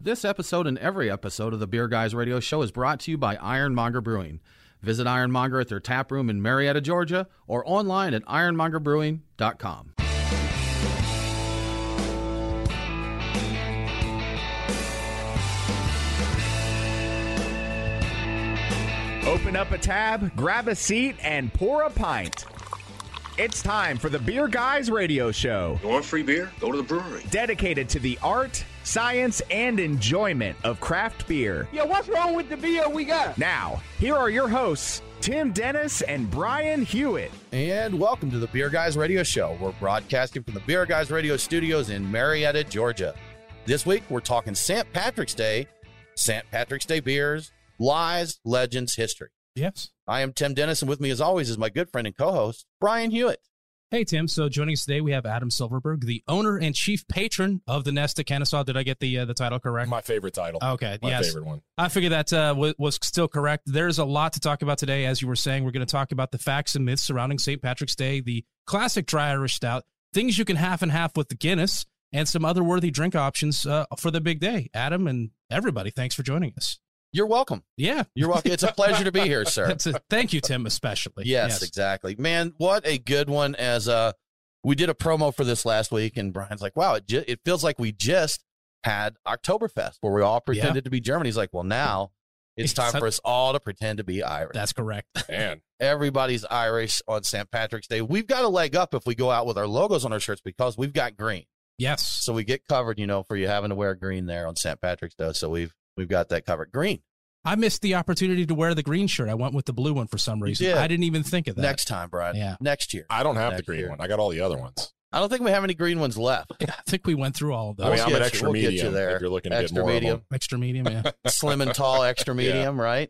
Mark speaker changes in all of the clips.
Speaker 1: This episode and every episode of the Beer Guys Radio Show is brought to you by Ironmonger Brewing. Visit Ironmonger at their tap room in Marietta, Georgia, or online at ironmongerbrewing.com.
Speaker 2: Open up a tab, grab a seat, and pour a pint. It's time for the Beer Guys Radio Show,
Speaker 3: You want free beer? Go to the brewery.
Speaker 2: dedicated to the art, science, and enjoyment of craft beer.
Speaker 4: Yo, what's wrong with the beer we got?
Speaker 2: Now, here are your hosts, Tim Dennis and Brian Hewitt.
Speaker 5: And welcome to the Beer Guys Radio Show. We're broadcasting from the Beer Guys Radio Studios in Marietta, Georgia. This week, we're talking St. Patrick's Day, St. Patrick's Day beers, lies, legends, history.
Speaker 6: Yes.
Speaker 5: I am Tim Dennis, and with me, as always, is my good friend and co host, Brian Hewitt.
Speaker 6: Hey, Tim. So joining us today, we have Adam Silverberg, the owner and chief patron of the Nest of Kennesaw. Did I get the uh, the title correct?
Speaker 7: My favorite title.
Speaker 6: okay.
Speaker 7: My
Speaker 6: yes.
Speaker 7: favorite one.
Speaker 6: I figured that uh, w- was still correct. There's a lot to talk about today. As you were saying, we're going to talk about the facts and myths surrounding St. Patrick's Day, the classic dry Irish stout, things you can half and half with the Guinness, and some other worthy drink options uh, for the big day. Adam and everybody, thanks for joining us.
Speaker 5: You're welcome.
Speaker 6: Yeah.
Speaker 5: You're welcome. It's a pleasure to be here, sir.
Speaker 6: That's a, thank you, Tim, especially.
Speaker 5: Yes, exactly. Man, what a good one. As uh, we did a promo for this last week, and Brian's like, wow, it, ju- it feels like we just had Oktoberfest where we all pretended to be German. He's like, well, now it's
Speaker 6: It's
Speaker 5: time
Speaker 6: a-
Speaker 5: for us all to pretend to be Irish.
Speaker 6: That's correct.
Speaker 7: Man,
Speaker 5: Everybody's Irish on St. Patrick's Day. We've got a leg up if we go out with our logos on our shirts because we've got green.
Speaker 6: Yes.
Speaker 5: So we get covered, you know, for you having to wear green there on St. Patrick's Day. So we've we've got that covered. Green
Speaker 6: I missed the opportunity to wear the green shirt. I went with the blue one for some reason.
Speaker 5: did.
Speaker 6: I didn't even think of that.
Speaker 5: next time, Brian.
Speaker 6: Yeah.
Speaker 5: Next year.
Speaker 7: I don't have the
Speaker 5: Next
Speaker 7: green
Speaker 5: year.
Speaker 7: one. I got all the other ones.
Speaker 5: I don't think we have any green ones left.
Speaker 6: I think we went through all of those.
Speaker 7: I mean,
Speaker 5: We'll
Speaker 7: I'm
Speaker 5: get
Speaker 7: an
Speaker 5: you-
Speaker 7: extra
Speaker 5: we'll get you
Speaker 7: medium.
Speaker 5: there.
Speaker 7: If you're looking to
Speaker 5: Extra
Speaker 7: get more
Speaker 5: medium.
Speaker 7: of them.
Speaker 6: Extra medium, yeah.
Speaker 5: slim and tall, extra
Speaker 7: Yeah.
Speaker 5: medium, right?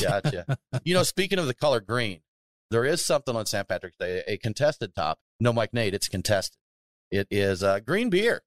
Speaker 5: Gotcha. you know, speaking of the color green, there is something on St. Patrick's Day, a contested top. No, Mike Nate, it's contested. It is uh, green beer.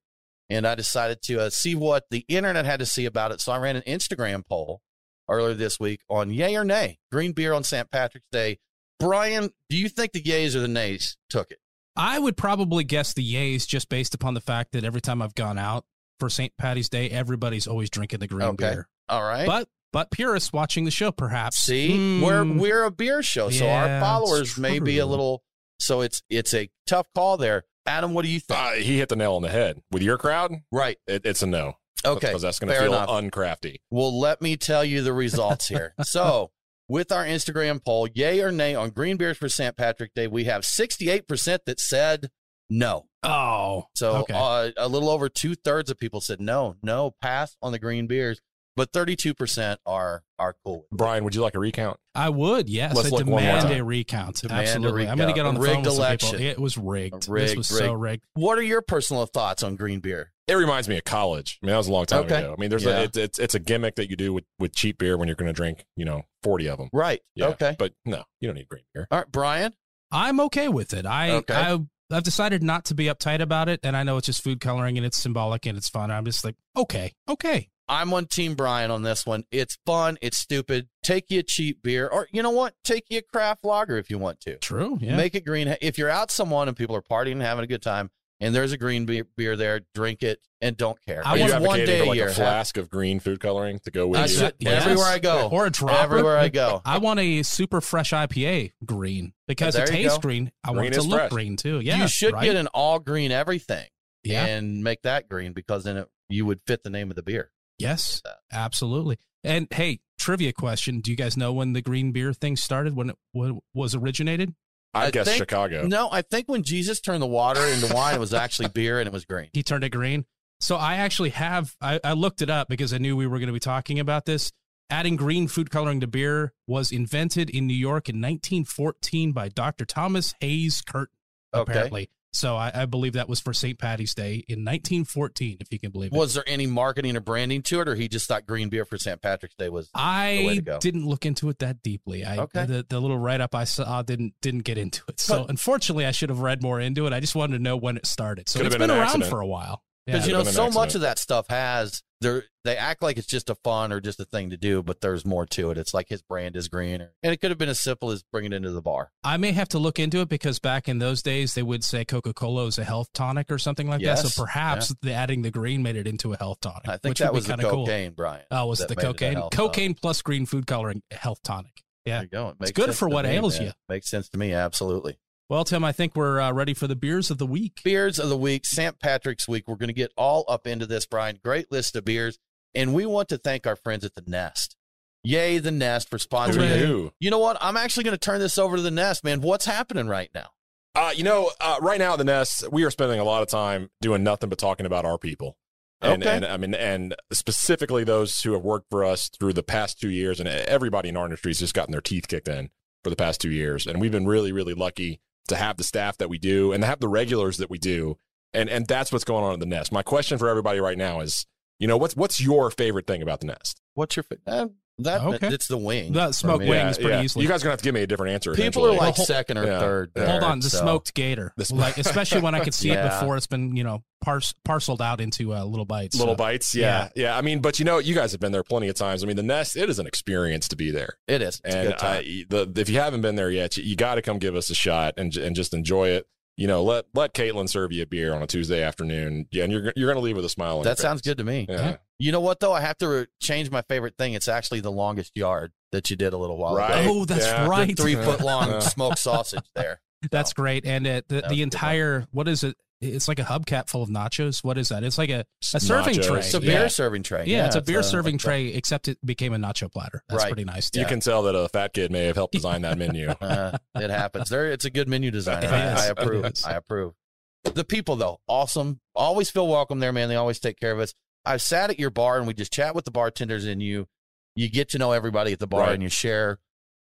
Speaker 5: And I decided to uh, see what the internet had to see about it. So I ran an Instagram poll earlier this week on yay or nay, green beer on St. Patrick's Day. Brian, do you think the yays or the nays took it?
Speaker 6: I would probably guess the yays just based upon the fact that every time I've gone out for St. Patty's Day, everybody's always drinking the green
Speaker 5: Okay.
Speaker 6: beer.
Speaker 5: All right.
Speaker 6: But but purists watching the show, perhaps.
Speaker 5: See,
Speaker 6: Hmm.
Speaker 5: we're we're a beer show, so
Speaker 6: Yeah,
Speaker 5: our
Speaker 6: it's
Speaker 5: followers may be a
Speaker 6: true.
Speaker 5: little. So it's it's a tough call there, Adam. What do you think?
Speaker 7: Uh, he hit the nail on the head. With your crowd,
Speaker 5: right.
Speaker 7: it, it's a no.
Speaker 5: Okay.
Speaker 7: Because that's going to
Speaker 5: fair
Speaker 7: feel
Speaker 5: enough.
Speaker 7: uncrafty.
Speaker 5: Well, let me tell you the results here. so with our Instagram poll, yay or nay on green beers for St. Patrick Day, we have sixty eight percent that said no.
Speaker 6: Oh.
Speaker 5: So
Speaker 6: okay.
Speaker 5: uh, a little over two thirds of people said no, no, pass on the green beers, but thirty two percent are are cool. with it.
Speaker 7: Brian, would you like a recount?
Speaker 6: I would, yes.
Speaker 7: Let's
Speaker 6: I
Speaker 7: look one more
Speaker 6: demand
Speaker 7: time.
Speaker 6: a recount.
Speaker 5: Demand a
Speaker 6: Absolutely. I'm going to
Speaker 5: recount.
Speaker 6: get on the
Speaker 5: Rigged
Speaker 6: phone with some people.
Speaker 5: election.
Speaker 6: It was rigged.
Speaker 5: Rigged,
Speaker 6: This was so rigged.
Speaker 5: What are your personal thoughts on green beer?
Speaker 7: It reminds me of college. I mean, that was a long time
Speaker 5: Okay.
Speaker 7: ago. I mean, there's
Speaker 5: Yeah.
Speaker 7: a, it, it's it's a gimmick that you do with, with cheap beer when you're going to drink, you know, 40 of them.
Speaker 5: Right.
Speaker 7: Yeah.
Speaker 5: Okay.
Speaker 7: But no, you don't need green beer.
Speaker 5: All right, Brian.
Speaker 6: I'm okay with it. I,
Speaker 5: Okay.
Speaker 6: I I've decided not to be uptight about it, and I know it's just food coloring and it's symbolic and it's fun. I'm just like, okay, okay,
Speaker 5: I'm on Team Brian on this one. It's fun. It's stupid. Take you a cheap beer, or you know what? Take you a craft lager if you want to.
Speaker 6: true. Yeah,
Speaker 5: Make it green. If you're out someone and people are partying and having a good time, and there's a green beer, beer there, drink it and don't care.
Speaker 6: I
Speaker 7: Are
Speaker 5: It's
Speaker 7: you
Speaker 6: want
Speaker 5: one
Speaker 7: advocating
Speaker 5: day
Speaker 7: for
Speaker 5: a
Speaker 7: like
Speaker 5: year.
Speaker 7: a flask of green food coloring to go with
Speaker 5: I
Speaker 7: you?
Speaker 5: should-
Speaker 7: Like,
Speaker 5: everywhere I go.
Speaker 6: or a dropper.
Speaker 5: Everywhere I go.
Speaker 6: I want a super fresh IPA green because
Speaker 5: There
Speaker 6: it
Speaker 5: you
Speaker 6: tastes
Speaker 5: go.
Speaker 6: green. I want
Speaker 7: Green
Speaker 6: it to
Speaker 7: is
Speaker 6: look
Speaker 7: fresh.
Speaker 6: green too. Yeah,
Speaker 5: you should
Speaker 6: right?
Speaker 5: get an all green everything
Speaker 6: Yeah.
Speaker 5: and make that green because then it, you would fit the name of the beer.
Speaker 6: Yes,
Speaker 5: that.
Speaker 6: absolutely. And hey, trivia question: Do you guys know when the green beer thing started? When it w- was originated?
Speaker 7: I
Speaker 5: I
Speaker 7: guess
Speaker 5: think-
Speaker 7: Chicago.
Speaker 5: No, I think when Jesus turned the water into wine, it was actually beer and it was green.
Speaker 6: he turned it green. So I actually have I, I looked it up because I knew we were going to be talking about this. Adding green food coloring to beer was invented in New York in 1914 by Dr. Thomas Hayes Curtin,
Speaker 5: Okay.
Speaker 6: apparently. So I, I believe that was for St. Patty's Day in 1914, if you can believe it.
Speaker 5: Was there any marketing or branding to it, or he just thought green beer for St. Patrick's Day was the way
Speaker 6: I
Speaker 5: to go.
Speaker 6: didn't look into it that deeply. I
Speaker 5: Okay.
Speaker 6: the, the little write up I saw didn't didn't get into it. So unfortunately, I should have read more into it. I just wanted to know when it started. So
Speaker 7: Could have
Speaker 6: it's
Speaker 7: been
Speaker 6: been,
Speaker 7: an
Speaker 6: around
Speaker 7: accident.
Speaker 6: for a while.
Speaker 5: Because
Speaker 6: Yeah.
Speaker 5: you know,
Speaker 7: Been an
Speaker 5: so much
Speaker 7: accident.
Speaker 5: of that stuff has They're, they act like it's just a fun or just a thing to do, but there's more to it. It's like his brand is green, or, and it could have been as simple as bringing it into the bar.
Speaker 6: I may have to look into it because back in those days they would say Coca Cola is a health tonic or something like that.
Speaker 5: Yes,
Speaker 6: So perhaps the adding the green made it into a health tonic.
Speaker 5: I think
Speaker 6: which
Speaker 5: that
Speaker 6: would
Speaker 5: was
Speaker 6: be
Speaker 5: the
Speaker 6: kind of cool.
Speaker 5: cocaine, Brian.
Speaker 6: Oh, was it
Speaker 5: that made
Speaker 6: the
Speaker 5: it a
Speaker 6: cocaine?
Speaker 5: health tonic.
Speaker 6: cocaine plus green food coloring health tonic. Yeah.
Speaker 5: There you go. It makes
Speaker 6: good
Speaker 5: sense
Speaker 6: for
Speaker 5: to
Speaker 6: what
Speaker 5: me,
Speaker 6: ails
Speaker 5: man.
Speaker 6: you.
Speaker 5: Makes sense to me. Absolutely.
Speaker 6: Well, Tim, I think we're uh, ready for the beers of the week.
Speaker 5: Beers of the week, St. Patrick's week. We're going to get all up into this, Brian. Great list of beers. And we want to thank our friends at the Nest. Yay, the Nest for sponsoring.
Speaker 6: Hooray.
Speaker 5: it.
Speaker 7: Who knew?
Speaker 5: You know what? I'm actually going to turn this over to the Nest, man. What's happening right now?
Speaker 7: Uh, you know, uh, right now at the Nest, we are spending a lot of time doing nothing but talking about our people. And,
Speaker 5: Okay.
Speaker 7: and I mean, and specifically those who have worked for us through the past two years, and everybody in our industry has just gotten their teeth kicked in for the past two years. And we've been really, really lucky to have the staff that we do and to have the regulars that we do. And and that's what's going on at the Nest. My question for everybody right now is, you know, what's what's your favorite thing about the Nest?
Speaker 5: What's your fa- uh, that?
Speaker 6: Oh, Okay.
Speaker 5: It's the wing.
Speaker 6: The smoked
Speaker 5: mean,
Speaker 6: wing is pretty easily.
Speaker 7: You guys are gonna have to give me a different answer.
Speaker 5: People are
Speaker 7: eventually.
Speaker 5: like
Speaker 6: Well, hold-
Speaker 5: second or
Speaker 7: yeah.
Speaker 5: third.
Speaker 6: Hold
Speaker 5: there,
Speaker 6: on, the
Speaker 5: so-
Speaker 6: smoked gator.
Speaker 7: The sm-
Speaker 6: like especially when I could see it
Speaker 5: Yeah.
Speaker 6: before it's been you know pars- parceled out into uh, little bites.
Speaker 7: little
Speaker 6: So-
Speaker 7: bites. Yeah, yeah, I mean, but you know, you guys have been there plenty of times. I mean, the Nest, it is an experience to be there.
Speaker 5: It is. It's a
Speaker 7: and
Speaker 5: good time.
Speaker 7: I, e, the, if you haven't been there yet, you, you got to come give us a shot and j- and just enjoy it. You know, let let Caitlin serve you a beer on a Tuesday afternoon. Yeah, and you're g- you're gonna leave with a smile. On
Speaker 5: that
Speaker 7: your
Speaker 5: sounds good to me.
Speaker 7: face. Yeah.
Speaker 5: You know what though? I have to re- change my favorite thing. It's actually the longest yard that you did a little while
Speaker 7: Right.
Speaker 5: ago.
Speaker 6: Oh, that's
Speaker 7: Yeah. The
Speaker 5: The
Speaker 6: right.
Speaker 5: three foot
Speaker 7: Yeah.
Speaker 5: long smoked sausage there.
Speaker 6: That's
Speaker 5: So,
Speaker 6: great. And it, the,
Speaker 5: That was a good
Speaker 6: the
Speaker 5: one.
Speaker 6: entire what is it? It's like a hubcap full of nachos. What is that? It's like a, a serving
Speaker 7: Nachos.
Speaker 6: tray.
Speaker 5: It's a
Speaker 6: Yeah.
Speaker 5: beer serving tray.
Speaker 6: Yeah, it's a beer serving
Speaker 5: like
Speaker 6: tray, except it became a nacho platter. That's
Speaker 5: Right.
Speaker 6: pretty nice.
Speaker 7: You
Speaker 5: Yeah.
Speaker 7: can tell that a fat kid may have helped design that menu.
Speaker 5: that. Uh, it happens. There, it's a good menu design.
Speaker 6: It
Speaker 5: I,
Speaker 6: is.
Speaker 5: I
Speaker 6: It
Speaker 5: approve.
Speaker 6: is.
Speaker 5: I approve. The people though, awesome. Always feel welcome there, man. They always take care of us. I've sat at your bar and we just chat with the bartenders, and you you get to know everybody at the bar,
Speaker 7: Right.
Speaker 5: and you share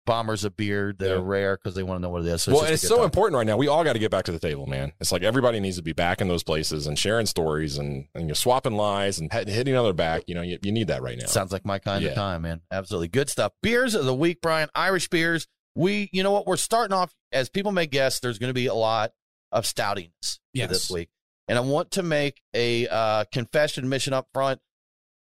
Speaker 5: bombers of beer that
Speaker 7: Yeah.
Speaker 5: are rare because they want to know what it is. So
Speaker 7: well,
Speaker 5: just a
Speaker 7: it's
Speaker 5: good
Speaker 7: so
Speaker 5: time.
Speaker 7: important right now. We all got to get back to the table, man. It's like everybody needs to be back in those places and sharing stories and and you're swapping lies and hit- hitting other back. You know, you, you need that right now.
Speaker 5: Sounds like my kind
Speaker 7: Yeah.
Speaker 5: of time, man. Absolutely. Good stuff. Beers of the week, Brian. Irish beers. We, you know what? We're starting off, as people may guess, there's going to be a lot of stoutiness to
Speaker 6: Yes.
Speaker 5: this week. And I want to make a uh, confession mission up front.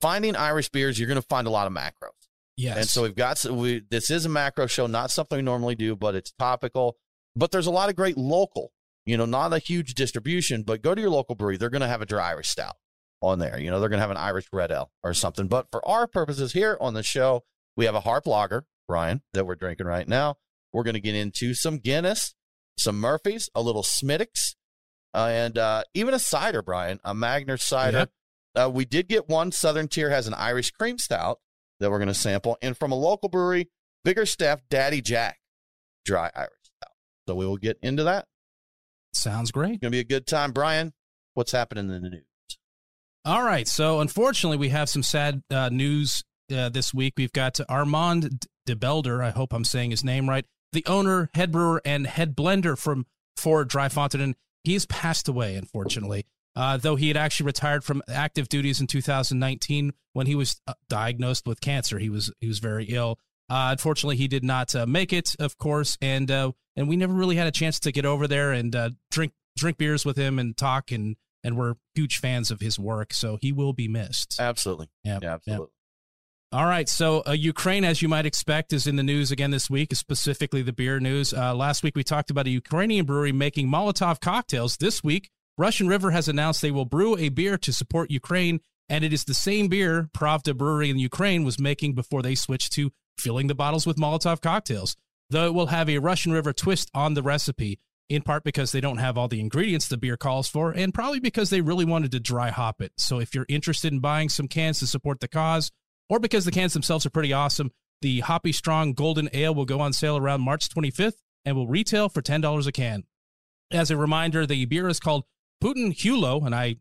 Speaker 5: Finding Irish beers, you're going to find a lot of macros.
Speaker 6: Yes.
Speaker 5: And so we've got so we, this is a macro show, not something we normally do, but it's topical. But there's a lot of great local, you know, not a huge distribution, but go to your local brewery. They're going to have a dry Irish stout on there. You know, they're going to have an Irish red ale or something. But for our purposes here on the show, we have a Harp Lager, Brian, that we're drinking right now. We're going to get into some Guinness, some Murphy's, a little Smittix, uh, and uh, even a cider, Brian, a Magner cider. Uh, we did get one. Southern Tier has an Irish cream stout that we're going to sample, and from a local brewery, Bigger Staff Daddy Jack Dry Irish Stout. So we will get into that.
Speaker 6: sounds great.
Speaker 5: It's going to be a good time, Brian. What's happening in the news?
Speaker 6: All right. So unfortunately, we have some sad uh, news uh, this week. We've got Armand De Belder. I hope I'm saying his name right. The owner, head brewer, and head blender from Ford Dry Fontaine. He's passed away, unfortunately. Uh, though he had actually retired from active duties in 2019 when he was uh, diagnosed with cancer, he was he was very ill. Uh, unfortunately, he did not uh, make it, of course, and uh, and we never really had a chance to get over there and uh, drink drink beers with him and talk and and we're huge fans of his work, so he will be missed.
Speaker 5: Absolutely.
Speaker 6: Yeah,
Speaker 5: Yeah, absolutely.
Speaker 6: All right, so uh, Ukraine, as you might expect, is in the news again this week, specifically the beer news. Uh, last week we talked about a Ukrainian brewery making Molotov cocktails. This week, Russian River has announced they will brew a beer to support Ukraine, and it is the same beer Pravda Brewery in Ukraine was making before they switched to filling the bottles with Molotov cocktails. Though it will have a Russian River twist on the recipe, in part because they don't have all the ingredients the beer calls for, and probably because they really wanted to dry hop it. So if you're interested in buying some cans to support the cause, or because the cans themselves are pretty awesome. The Hoppy Strong Golden Ale will go on sale around March 25th and will retail for $10 a can. As a reminder, the beer is called Putin Hulo, and I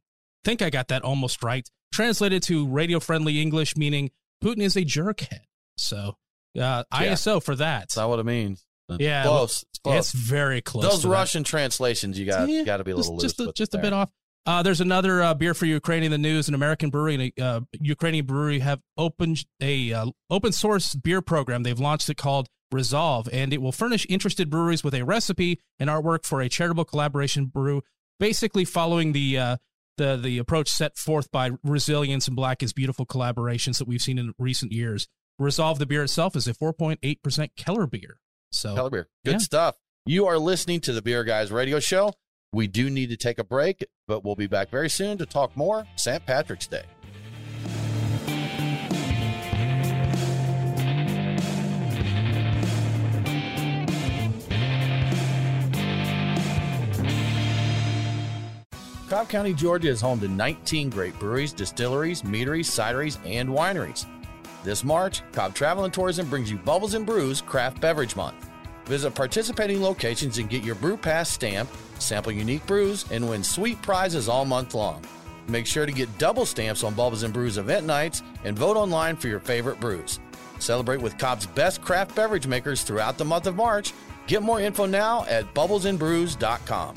Speaker 6: think I got that almost right. Translated to radio friendly English, meaning Putin is a jerkhead. So, uh, ISO for that.
Speaker 5: That's not what it means.
Speaker 6: Yeah,
Speaker 5: Close. It's close.
Speaker 6: it's very close.
Speaker 5: Those
Speaker 6: to that.
Speaker 5: Russian translations, you got
Speaker 6: Yeah,
Speaker 5: got to be a little
Speaker 6: just, just
Speaker 5: loose.
Speaker 6: a,
Speaker 5: with
Speaker 6: just a
Speaker 5: there.
Speaker 6: bit off. Uh, there's another uh, beer for Ukraine in the news. An American brewery and a uh, Ukrainian brewery have opened a uh, open source beer program. They've launched it called Resolve, and it will furnish interested breweries with a recipe and artwork for a charitable collaboration brew, basically following the uh, the the approach set forth by Resilience and Black is Beautiful collaborations that we've seen in recent years. Resolve the beer itself is a 4.8% Keller beer. So
Speaker 5: Keller beer. Good
Speaker 6: Yeah.
Speaker 5: stuff. You are listening to the Beer Guys Radio Show. We do need to take a break, but we'll be back very soon to talk more St. Patrick's Day. Cobb County, Georgia is home to 19 great breweries, distilleries, meaderies, cideries, and wineries. This March, Cobb Travel and Tourism brings you Bubbles and Brews Craft Beverage Month. Visit participating locations and get your brew pass stamp, sample unique brews, and win sweet prizes all month long. Make sure to get double stamps on Bubbles and Brews event nights and vote online for your favorite brews. Celebrate with Cobb's best craft beverage makers throughout the month of March. Get more info now at bubblesandbrews.com.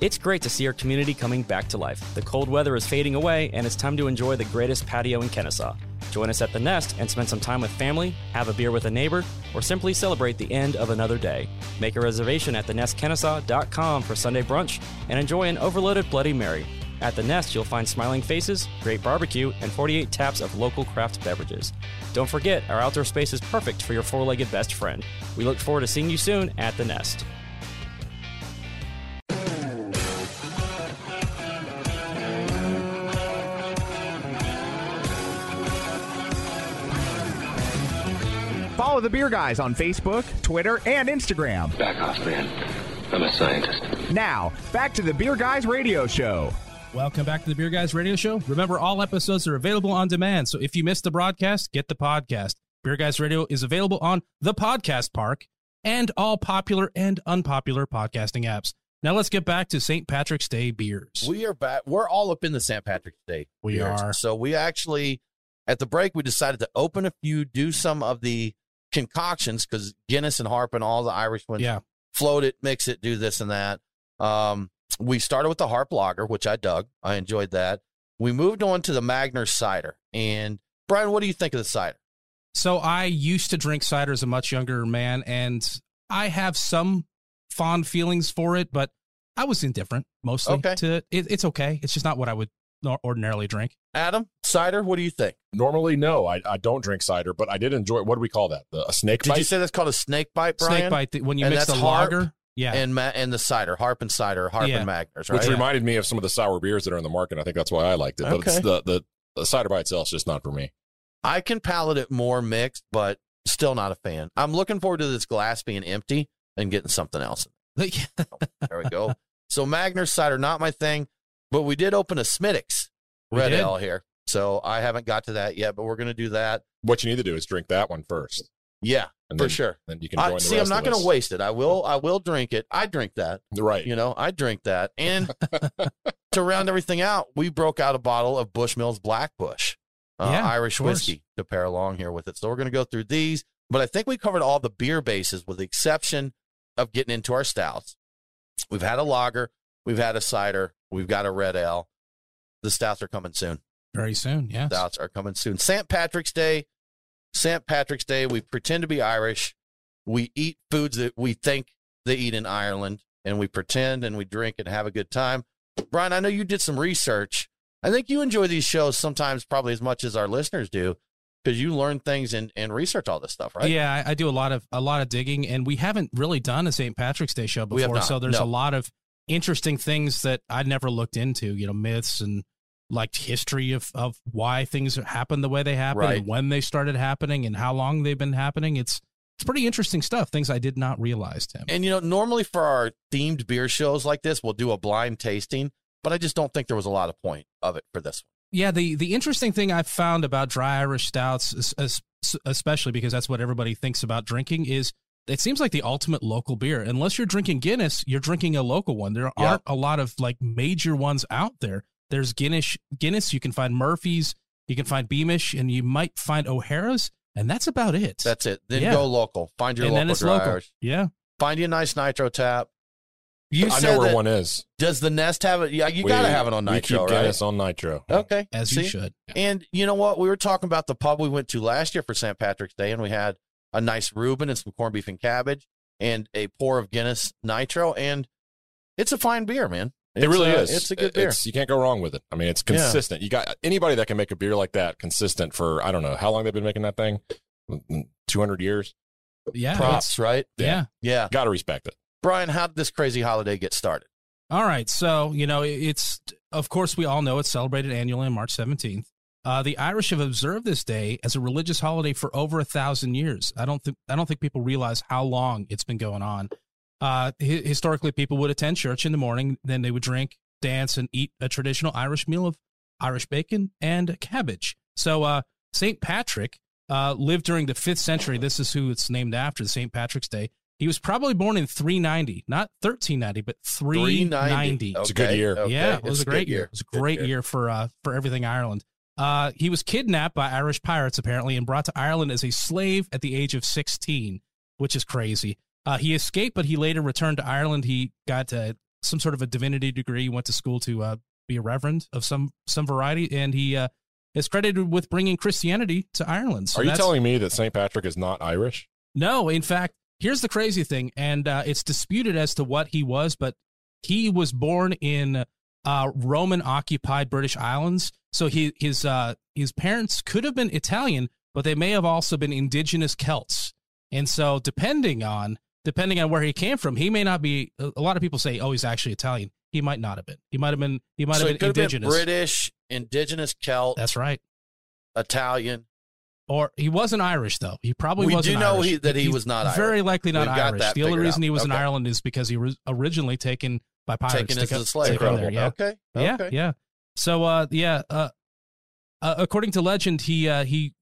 Speaker 3: It's great to see our community coming back to life. The cold weather is fading away, and it's time to enjoy the greatest patio in Kennesaw. Join us at the Nest and spend some time with family, have a beer with a neighbor, or simply celebrate the end of another day. Make a reservation at thenestkennesaw.com for Sunday brunch and enjoy an overloaded Bloody Mary. At the Nest, you'll find smiling faces, great barbecue, and 48 taps of local craft beverages. Don't forget, our outdoor space is perfect for your four legged best friend. We look forward to seeing you soon at the Nest.
Speaker 2: Follow the Beer Guys on Facebook, Twitter, and Instagram.
Speaker 8: Back off, man. I'm a scientist.
Speaker 2: Now, back to the Beer Guys Radio Show.
Speaker 6: Welcome back to the Beer Guys Radio Show. Remember, all episodes are available on demand. So if you missed the broadcast, get the podcast. Beer Guys Radio is available on the Podcast Park and all popular and unpopular podcasting apps. Now let's get back to St. Patrick's Day beers.
Speaker 5: We are back. We're all up in the St. Patrick's Day.
Speaker 6: We
Speaker 5: beers.
Speaker 6: are.
Speaker 5: So we actually, at the break, we decided to open a few, do some of the concoctions because Guinness and Harp and all the Irish ones
Speaker 6: yeah,
Speaker 5: float it, mix it, do this and that. Um, we started with the Harp Lager, which I dug. I enjoyed that. We moved on to the Magner cider. And Brian, what do you think of the cider?
Speaker 6: So I used to drink cider as a much younger man, and I have some fond feelings for it, but I was indifferent mostly
Speaker 5: Okay.
Speaker 6: to it. It- It's okay. It's just not what I would nor- ordinarily drink.
Speaker 5: Adam, cider, what do you think?
Speaker 7: Normally, no, I, I don't drink cider, but I did enjoy. What do we call that? The, a snake
Speaker 5: Did
Speaker 7: bite?
Speaker 5: you say that's called a snake bite, Brian?
Speaker 6: Snake bite th- when you
Speaker 5: And
Speaker 6: mix the
Speaker 5: that's Harp
Speaker 6: lager. Yeah,
Speaker 5: And, ma- and the cider, Harp and cider, Harp
Speaker 6: Yeah.
Speaker 5: and Magners, right?
Speaker 7: which reminded me of some of the sour beers that are in the market. I think that's why I liked it. But it's
Speaker 5: Okay.
Speaker 7: the, the the cider by itself is just not for me.
Speaker 5: I can palate it more mixed, but still not a fan. I'm looking forward to this glass being empty and getting something else. There we go. so Magner cider, not my thing, but we did open a Smittix
Speaker 6: We
Speaker 5: Red
Speaker 6: did.
Speaker 5: Ale here. So I haven't got to that yet, but we're going to do that.
Speaker 7: What you need to do is drink that one first,
Speaker 5: Yeah,
Speaker 7: and
Speaker 5: for
Speaker 7: then,
Speaker 5: sure.
Speaker 7: Then you can join
Speaker 5: I,
Speaker 7: the
Speaker 5: see, I'm
Speaker 7: rest
Speaker 5: not
Speaker 7: of
Speaker 5: going
Speaker 7: us.
Speaker 5: to waste it. I will. I will drink it. I drink that.
Speaker 7: Right.
Speaker 5: You know, I drink that. And to round everything out, we broke out a bottle of Bushmills Blackbush, uh,
Speaker 6: Yeah,
Speaker 5: Irish
Speaker 6: of course.
Speaker 5: whiskey to pair along here with it. So we're going to go through these, but I think we covered all the beer bases with the exception of getting into our stouts. We've had a lager, we've had a cider, we've got a red ale. The stouts are coming soon.
Speaker 6: very soon. Yeah,
Speaker 5: Stouts are coming soon. St. Patrick's Day. St. Patrick's Day. We pretend to be Irish. We eat foods that we think they eat in Ireland, and we pretend and we drink and have a good time. Brian, I know you did some research. I think you enjoy these shows sometimes probably as much as our listeners do because you learn things and, and research all this stuff, right?
Speaker 6: Yeah, I, I do a lot of a lot of digging, and we haven't really done a St. Patrick's Day show
Speaker 5: We have
Speaker 6: before,
Speaker 5: not,
Speaker 6: so there's
Speaker 5: no.
Speaker 6: a lot of interesting things that I'd never looked into. You know, myths and like history of of why things happen the way they happen,
Speaker 5: Right.
Speaker 6: and when they started happening, and how long they've been happening. It's it's pretty interesting stuff. Things I did not realize, Tim.
Speaker 5: And you know, normally for our themed beer shows like this, we'll do a blind tasting, but I just don't think there was a lot of point of it for this
Speaker 6: Yeah, the the interesting thing I've found about dry Irish stouts, es- es- especially because that's what everybody thinks about drinking, is it seems like the ultimate local beer. Unless you're drinking Guinness, you're drinking a local one. There aren't a lot of like major ones out there. There's Guinness, Guinness. You can find Murphy's, you can find Beamish, and you might find O'Hara's, and that's about it.
Speaker 5: one. That's it. Then
Speaker 6: Yeah.
Speaker 5: go local. Find your
Speaker 6: and
Speaker 5: local
Speaker 6: then it's
Speaker 5: dry
Speaker 6: local.
Speaker 5: Irish.
Speaker 6: Yeah,
Speaker 5: Find you a nice nitro tap. You
Speaker 7: I
Speaker 5: said
Speaker 7: know where
Speaker 5: that-
Speaker 7: one is.
Speaker 5: Does the Nest have it? Yeah, you
Speaker 7: We-
Speaker 5: gotta have it on
Speaker 7: we
Speaker 5: Nitro,
Speaker 7: keep
Speaker 5: right?
Speaker 7: Guinness on Nitro.
Speaker 5: Okay,
Speaker 6: as
Speaker 5: see?
Speaker 6: you should.
Speaker 5: And you know what? We were talking about the pub we went to last year for St. Patrick's Day, and we had a nice Reuben and some corned beef and cabbage, and a pour of Guinness Nitro, and it's a fine beer, man.
Speaker 7: It really
Speaker 5: a-
Speaker 7: is.
Speaker 5: It's a good beer.
Speaker 7: It's- you can't go wrong with it. I mean, it's
Speaker 5: Yeah.
Speaker 7: consistent. You got anybody that can make a beer like that consistent for I don't know how long they've been making that thing, Mm, two hundred years.
Speaker 6: Yeah.
Speaker 5: Props, right?
Speaker 6: yeah. yeah.
Speaker 5: Yeah.
Speaker 7: Got to respect it.
Speaker 5: Brian, how did this crazy holiday get started?
Speaker 6: All right. So, you know, it's, of course, we all know it's celebrated annually on March 17th. Uh, the Irish have observed this day as a religious holiday for over a thousand years. I don't think I don't think people realize how long it's been going on. Uh, hi- historically, people would attend church in the morning, then they would drink, dance, and eat a traditional Irish meal of Irish bacon and cabbage. So, uh, Saint Patrick uh, lived during the fifth century. This is who it's named after, Saint Patrick's Day. He was probably born in 390, not 1390, but 390.
Speaker 7: It's a good year.
Speaker 5: okay.
Speaker 6: Yeah, it
Speaker 5: It's
Speaker 6: was a
Speaker 5: good
Speaker 6: great year. It was a
Speaker 5: Good
Speaker 6: great year, for uh, for everything Ireland. Uh, he was kidnapped by Irish pirates apparently and brought to Ireland as a slave at the age of 16, which is crazy. Uh, he escaped, but he later returned to Ireland. He got uh, some sort of a divinity degree. went to school to uh, be a reverend of some some variety, and he uh, is credited with bringing Christianity to Ireland. So
Speaker 7: Are you
Speaker 6: that's-
Speaker 7: telling me that St. Patrick is not Irish?
Speaker 6: no, in fact, here's the crazy thing, and uh, it's disputed as to what he was, but he was born in uh, Roman occupied British islands. So he, his uh, his parents could have been Italian, but they may have also been indigenous Celts. And so, depending on depending on where he came from, he may not be. A a lot of people say, "Oh, he's actually Italian." He might not have been. He might have been. He might
Speaker 5: so
Speaker 6: have
Speaker 5: it
Speaker 6: been
Speaker 5: could
Speaker 6: indigenous.
Speaker 5: have been British, indigenous Celt,
Speaker 6: That's right.
Speaker 5: Italian.
Speaker 6: Or he wasn't Irish though. He probably
Speaker 5: We
Speaker 6: wasn't.
Speaker 5: do know
Speaker 6: Irish.
Speaker 5: he- that he
Speaker 6: He's
Speaker 5: was not
Speaker 6: Very
Speaker 5: Irish.
Speaker 6: likely not
Speaker 5: We've got
Speaker 6: Irish.
Speaker 5: that
Speaker 6: The only
Speaker 5: figured
Speaker 6: reason
Speaker 5: out.
Speaker 6: he was in
Speaker 5: Okay.
Speaker 6: Ireland is because he was originally taken by pirates.
Speaker 5: Taken
Speaker 6: to
Speaker 5: as
Speaker 6: co-
Speaker 5: a slave.
Speaker 6: to come there, yeah.
Speaker 5: Okay.
Speaker 6: Yeah,
Speaker 5: okay.
Speaker 6: yeah. So, uh, yeah, uh, uh, according to legend, he uh, he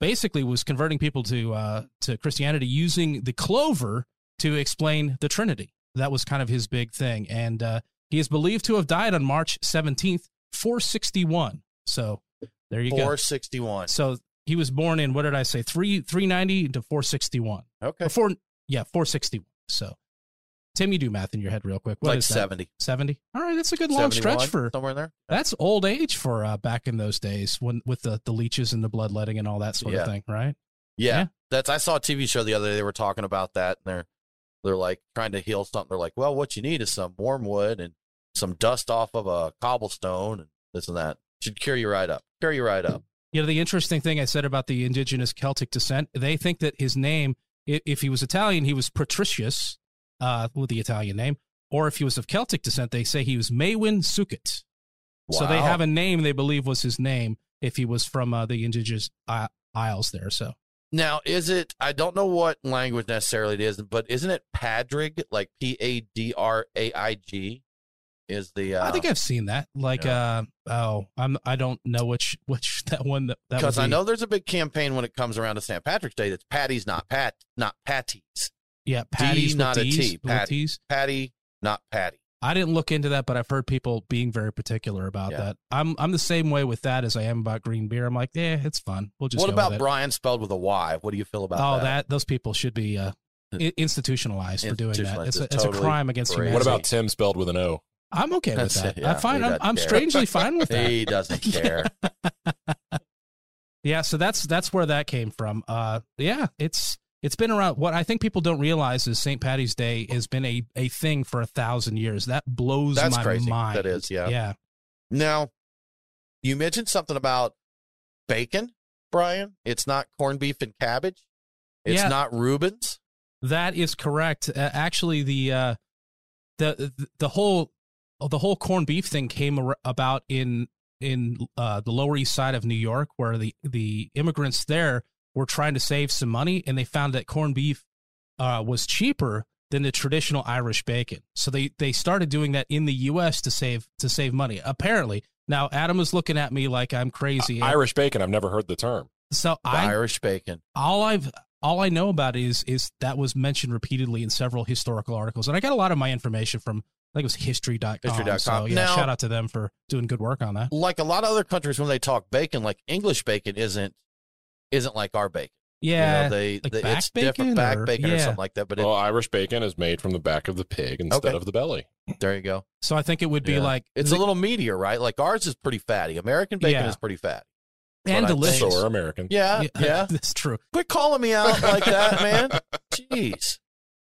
Speaker 6: basically was converting people to uh, to Christianity using the clover to explain the Trinity. That was kind of his big thing, and uh, he is believed to have died on March seventeenth, four sixty one. So, there you go.
Speaker 5: 461.
Speaker 6: So he was born in what did I say? Three three ninety to four sixty one.
Speaker 5: Okay.
Speaker 6: Or four yeah, four sixty one. So Tim, you do math in your head real quick. What
Speaker 5: like
Speaker 6: is that?
Speaker 5: 70.
Speaker 6: Seventy. All right, that's a good long stretch
Speaker 5: 71,
Speaker 6: for
Speaker 5: somewhere in there.
Speaker 6: that's old age for uh, back in those days when with the, the leeches and the bloodletting and all that sort
Speaker 5: Yeah.
Speaker 6: of thing, right?
Speaker 5: Yeah,
Speaker 6: Yeah.
Speaker 5: That's I saw a TV show the other day. They were talking about that, and they're they're like trying to heal something. They're like, well, what you need is some warm wood and some dust off of a cobblestone and this and that. Should cure you right up. Cure you right up.
Speaker 6: You know, the interesting thing I said about the indigenous Celtic descent, they think that his name, i- if he was Italian, he was Patricius, uh, with the Italian name, or if he was of Celtic descent, they say he was Maywin Sukkot. So they
Speaker 5: Wow.
Speaker 6: have a name they believe was his name if he was from uh, the indigenous I- Isles there. So
Speaker 5: Now, is it? I don't know what language necessarily it is, but isn't it Padrig? Like P A D R A I G is the. Uh,
Speaker 6: I think I've seen that. Like, uh, oh, I'm I don't know which which that one that that
Speaker 5: because
Speaker 6: would
Speaker 5: I
Speaker 6: be.
Speaker 5: know there's a big campaign when it comes around to St. Patrick's Day. That's Patty's, not Pat, not Patty's.
Speaker 6: yeah, Patty's with
Speaker 5: not a
Speaker 6: D's,
Speaker 5: T,
Speaker 6: with
Speaker 5: Patty.
Speaker 6: T's.
Speaker 5: Patty, not Patty.
Speaker 6: I didn't look into that, but I've heard people being very particular about
Speaker 5: Yeah.
Speaker 6: that. I'm I'm the same way with that as I am about green beer. I'm like, yeah, it's fun. We'll just
Speaker 5: what
Speaker 6: go
Speaker 5: about
Speaker 6: with it.
Speaker 5: Brian spelled with a Y? What do you feel about
Speaker 6: oh that. those people should be uh, i- institutionalized for doing that.
Speaker 5: Institutionalized
Speaker 6: It's a,
Speaker 5: is
Speaker 6: it's a
Speaker 5: totally
Speaker 6: crime against
Speaker 5: crazy.
Speaker 6: humanity.
Speaker 7: What about Tim spelled with an O?
Speaker 6: I'm okay with
Speaker 5: That's
Speaker 6: that.
Speaker 5: it, yeah,
Speaker 6: I'm fine.
Speaker 5: we
Speaker 6: I'm,
Speaker 5: don't
Speaker 6: I'm
Speaker 5: care.
Speaker 6: strangely fine with that.
Speaker 5: He doesn't care.
Speaker 6: Yeah, so that's that's where that came from. Uh, yeah, it's it's been around. What I think people don't realize is St. Patty's Day has been a, a thing for a thousand years. That blows
Speaker 5: That's
Speaker 6: my
Speaker 5: crazy.
Speaker 6: mind.
Speaker 5: That is, yeah.
Speaker 6: yeah.
Speaker 5: Now, you mentioned something about bacon, Brian. It's not corned beef and cabbage. It's
Speaker 6: Yeah.
Speaker 5: not Rubens.
Speaker 6: That is correct. Uh, actually, the uh, the the whole the whole corned beef thing came ar- about in in uh, the Lower East Side of New York, where the the immigrants there were trying to save some money, and they found that corned beef uh, was cheaper than the traditional Irish bacon. So they they started doing that in the U.S. to save to save money. Apparently, now Adam is looking at me like I'm crazy.
Speaker 7: Irish bacon. I've never heard the term.
Speaker 6: so
Speaker 5: The
Speaker 6: I
Speaker 5: Irish bacon.
Speaker 6: all I've all I know about is is that was mentioned repeatedly in several historical articles, and I got a lot of my information from I think it was history.com.
Speaker 5: History.com.
Speaker 6: So yeah,
Speaker 5: Now-
Speaker 6: shout out to them for doing good work on that.
Speaker 5: Like a lot of other countries, when they talk bacon, like English bacon isn't isn't like our bacon.
Speaker 6: Yeah,
Speaker 5: you know, they,
Speaker 6: like
Speaker 5: they-
Speaker 6: back
Speaker 5: it's different
Speaker 6: bacon
Speaker 5: back
Speaker 6: or-
Speaker 5: bacon or
Speaker 6: yeah.
Speaker 5: something like that. But it,
Speaker 7: well, Irish bacon is made from the back of the pig instead
Speaker 5: Okay.
Speaker 7: of the belly.
Speaker 5: there you go.
Speaker 6: so I think it would be
Speaker 5: Yeah.
Speaker 6: like
Speaker 5: It's a little meatier, right? Like ours is pretty fatty. American bacon
Speaker 6: Yeah.
Speaker 5: is pretty fatty.
Speaker 6: and
Speaker 5: what I
Speaker 6: delicious.
Speaker 7: So are American.
Speaker 5: Yeah, yeah.
Speaker 6: that's true.
Speaker 5: Quit calling me out like that, man. Jeez.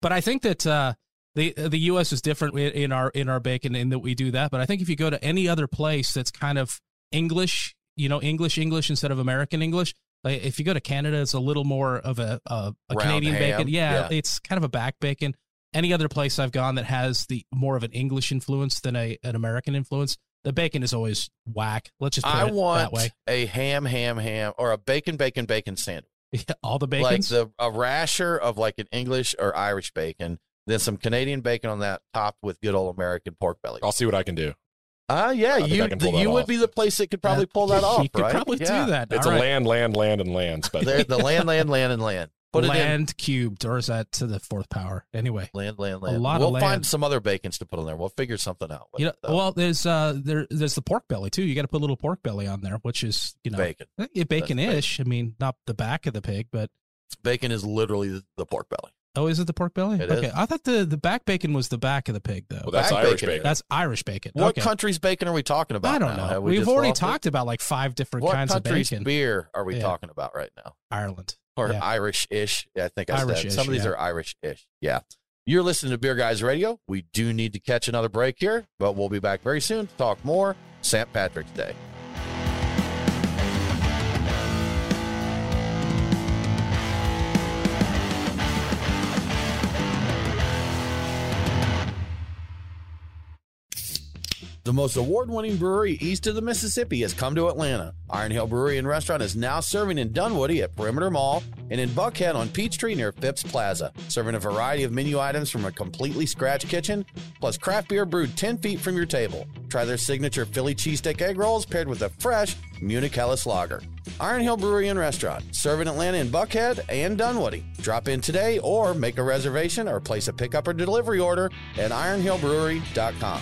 Speaker 6: But I think that uh, the the U.S. is different in- in our in our bacon in that we do that. But I think if you go to any other place that's kind of English, you know, English English instead of American English. Like if you go to Canada, it's a little more of a a, a
Speaker 5: Round
Speaker 6: Canadian
Speaker 5: ham,
Speaker 6: bacon. Yeah,
Speaker 5: yeah.
Speaker 6: it's kind of a back bacon. Any other place I've gone that has the more of an English influence than a an American influence, the bacon is always whack. Let's just put
Speaker 5: I
Speaker 6: it that
Speaker 5: want
Speaker 6: way.
Speaker 5: a ham, ham, ham, or a bacon, bacon, bacon sandwich.
Speaker 6: All the bacons.
Speaker 5: Like the, a rasher of like an English or Irish bacon, then some Canadian bacon on that, topped with good old American pork belly.
Speaker 6: Oh,
Speaker 7: I'll see what I can do.
Speaker 5: Ah, yeah,
Speaker 7: think
Speaker 5: you
Speaker 7: I can pull
Speaker 5: the-
Speaker 7: that
Speaker 5: you would
Speaker 7: off.
Speaker 5: be the place that could probably pull that
Speaker 6: You
Speaker 5: off,
Speaker 6: could
Speaker 5: right?
Speaker 6: probably
Speaker 5: Yeah.
Speaker 6: do that.
Speaker 7: It's
Speaker 6: All
Speaker 7: a
Speaker 6: right.
Speaker 7: land, land, land, and land special.
Speaker 5: There- the land, land, land, and land. Put it in.
Speaker 6: land cubed, or is that to the fourth power? Anyway,
Speaker 5: Land, land, land.
Speaker 6: lot of
Speaker 5: we'll
Speaker 6: land.
Speaker 5: find some other bacons to put on there. We'll figure something out. With
Speaker 6: you know,
Speaker 5: the
Speaker 6: well, there's uh, there, there's the pork belly too. You got to put a little pork belly on there, which is you know,
Speaker 5: bacon.
Speaker 6: Yeah, bacon-ish. I mean, not the back of the pig, but
Speaker 5: Bacon is literally the, the pork belly.
Speaker 6: oh, is it the pork belly?
Speaker 5: It is.
Speaker 6: okay, I thought the the back bacon was the back of the pig though.
Speaker 7: Well, that's
Speaker 5: Back
Speaker 7: Irish
Speaker 5: bacon.
Speaker 7: bacon.
Speaker 6: That's Irish bacon.
Speaker 5: What
Speaker 6: okay.
Speaker 5: country's bacon are we talking about?
Speaker 6: I don't
Speaker 5: now?
Speaker 6: know.
Speaker 5: Have
Speaker 6: We have
Speaker 5: just
Speaker 6: already
Speaker 5: lost it?
Speaker 6: talked about like five different
Speaker 5: What
Speaker 6: kinds of
Speaker 5: country's
Speaker 6: bacon.
Speaker 5: beer are we
Speaker 6: Yeah.
Speaker 5: talking about right now?
Speaker 6: Ireland.
Speaker 5: or
Speaker 6: Yeah.
Speaker 5: Irish-ish. I think I said
Speaker 6: Irish-ish,
Speaker 5: some of these
Speaker 6: yeah.
Speaker 5: are Irish-ish. Yeah. You're listening to Beer Guys Radio. We do need to catch another break here, but we'll be back very soon to talk more St. Patrick's Day. The most award winning brewery east of the Mississippi has come to Atlanta. Iron Hill Brewery and Restaurant is now serving in Dunwoody at Perimeter Mall and in Buckhead on Peachtree near Phipps Plaza, serving a variety of menu items from a completely scratch kitchen, plus craft beer brewed 10 feet from your table. Try their signature Philly cheesesteak egg rolls paired with a fresh Munich Helles lager. Iron Hill Brewery and Restaurant, serving Atlanta in Buckhead and Dunwoody. Drop in today or make a reservation or place a pickup or delivery order at ironhillbrewery.com.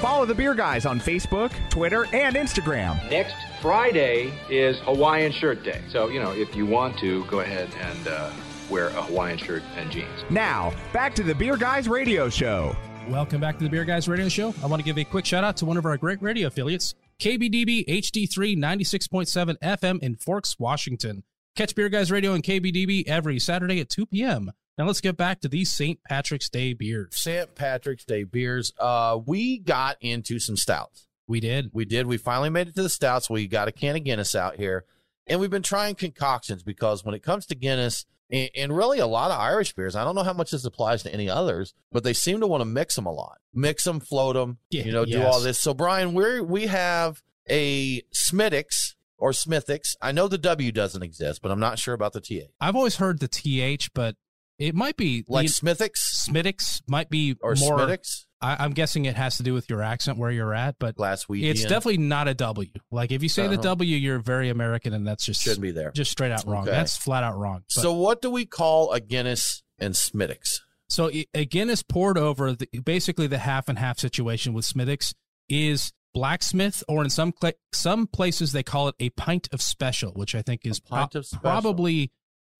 Speaker 2: Follow the Beer Guys on Facebook, Twitter, and Instagram.
Speaker 4: Next Friday is Hawaiian Shirt Day. So, you know, if you want to, go ahead and uh, wear a Hawaiian shirt and jeans.
Speaker 2: Now, back to the Beer Guys radio show.
Speaker 6: Welcome back to the Beer Guys Radio Show. I want to give a quick shout out to one of our great radio affiliates, KBDB HD3 96.7 FM in Forks, Washington. Catch Beer Guys Radio and KBDB every Saturday at 2 p.m. Now let's get back to these St. Patrick's Day beers.
Speaker 5: St. Patrick's Day beers. Uh, we got into some stouts.
Speaker 6: We did.
Speaker 5: We did. We finally made it to the stouts. We got a can of Guinness out here, and we've been trying concoctions because when it comes to Guinness and, and really a lot of Irish beers, I don't know how much this applies to any others, but they seem to want to mix them a lot. Mix them, float them,
Speaker 6: Yeah,
Speaker 5: you know, do
Speaker 6: yes.
Speaker 5: all this. So Brian, we we have a Smittix or Smithix. I know the W doesn't exist, but I'm not sure about the TA.
Speaker 6: I've always heard the TH, but it might be
Speaker 5: Like
Speaker 6: the-
Speaker 5: Smithix
Speaker 6: Smittix might be
Speaker 5: or
Speaker 6: more.
Speaker 5: Smittix,
Speaker 6: I, I'm guessing it has to do with your accent where you're at, but
Speaker 5: Glasswegian.
Speaker 6: it's definitely not a W. Like if you say the
Speaker 5: Uh-huh.
Speaker 6: W, you're very American, and that's just
Speaker 5: shouldn't be there.
Speaker 6: just straight out wrong.
Speaker 5: Okay.
Speaker 6: That's flat out wrong. But-
Speaker 5: So what do we call a Guinness and Smittix?
Speaker 6: So i- a Guinness poured over the, basically the half and half situation with Smittix is blacksmith, or in some cla some places they call it a pint of special, which I think is
Speaker 5: pint of special.
Speaker 6: probably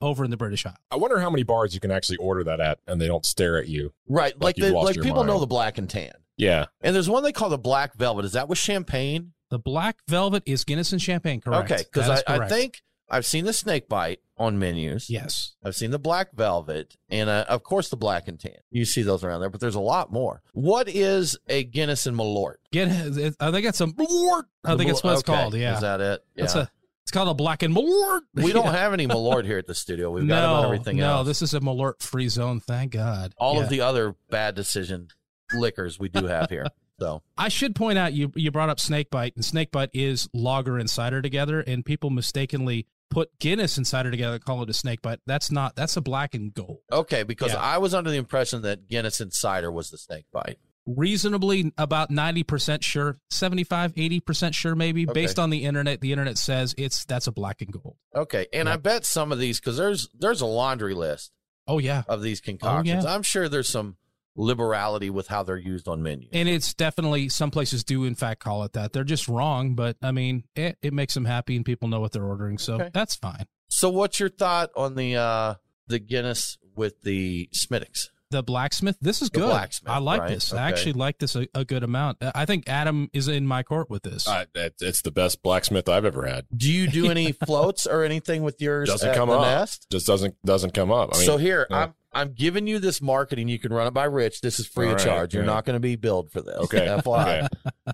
Speaker 6: over in the British Isles.
Speaker 7: I wonder how many bars you can actually order that at, and they don't stare at you.
Speaker 5: Right, like
Speaker 7: Like you've
Speaker 5: the,
Speaker 7: lost
Speaker 5: like
Speaker 7: your
Speaker 5: people know
Speaker 7: mind.
Speaker 5: the black and tan,
Speaker 7: Yeah,
Speaker 5: and there's one they call the black velvet. Is that with champagne?
Speaker 6: The black velvet is Guinness and champagne, correct?
Speaker 5: Okay, because
Speaker 6: That is
Speaker 5: I, I
Speaker 6: correct.
Speaker 5: think I've seen the snake bite on menus.
Speaker 6: yes,
Speaker 5: I've seen the black velvet, and uh, of course the black and tan. You see those around there, but there's a lot more. What is a Guinness and Malort?
Speaker 6: Guinness. I think that's a Malort. I think it's what it's
Speaker 5: Okay,
Speaker 6: called. Yeah,
Speaker 5: is that it?
Speaker 6: that's
Speaker 5: Yeah.
Speaker 6: a. It's called a black and Malort.
Speaker 5: we don't have any Malort here at the studio. We've got about everything
Speaker 6: no,
Speaker 5: else.
Speaker 6: this is a Malort free zone. Thank God.
Speaker 5: All
Speaker 6: Yeah.
Speaker 5: of the other bad decision liquors we do have here. So
Speaker 6: I should point out you you brought up Snakebite, and Snakebite is lager and cider together, and people mistakenly put Guinness and cider together and call it a Snakebite. That's not. That's a black and gold.
Speaker 5: Okay, because
Speaker 6: Yeah.
Speaker 5: I was under the impression that Guinness and cider was the snake bite.
Speaker 6: reasonably about 90% sure, 75, 80% sure maybe
Speaker 5: Okay.
Speaker 6: based on the internet. The internet says it's that's a black and gold.
Speaker 5: Okay, and I bet some of these because there's there's a laundry list
Speaker 6: Oh yeah.
Speaker 5: of these concoctions. I'm sure there's some liberality with how they're used on menus.
Speaker 6: And it's definitely some places do in fact call it that. They're just wrong, but I mean, it, it makes them happy and people know what they're ordering, so
Speaker 5: Okay.
Speaker 6: that's fine.
Speaker 5: so, what's your thought on the uh the Guinness with the Smittix?
Speaker 6: The blacksmith, this is
Speaker 5: The
Speaker 6: good.
Speaker 5: blacksmith,
Speaker 6: I like
Speaker 5: right?
Speaker 6: this.
Speaker 5: Okay.
Speaker 6: I actually like this a, a good amount. I think Adam is in my court with this.
Speaker 7: I, Uh, that, it's the best blacksmith I've ever had.
Speaker 5: Do you do any floats or anything with yours?
Speaker 7: Doesn't
Speaker 5: at
Speaker 7: come
Speaker 5: the
Speaker 7: up.
Speaker 5: Nest?
Speaker 7: Just doesn't doesn't come up. I mean,
Speaker 5: so here,
Speaker 7: yeah.
Speaker 5: I'm I'm giving you this marketing. You can run it by Rich. This is free
Speaker 7: All
Speaker 5: of
Speaker 7: right,
Speaker 5: charge. You're
Speaker 7: yeah.
Speaker 5: not going to be billed for this.
Speaker 7: Okay,
Speaker 5: FYI.
Speaker 7: okay.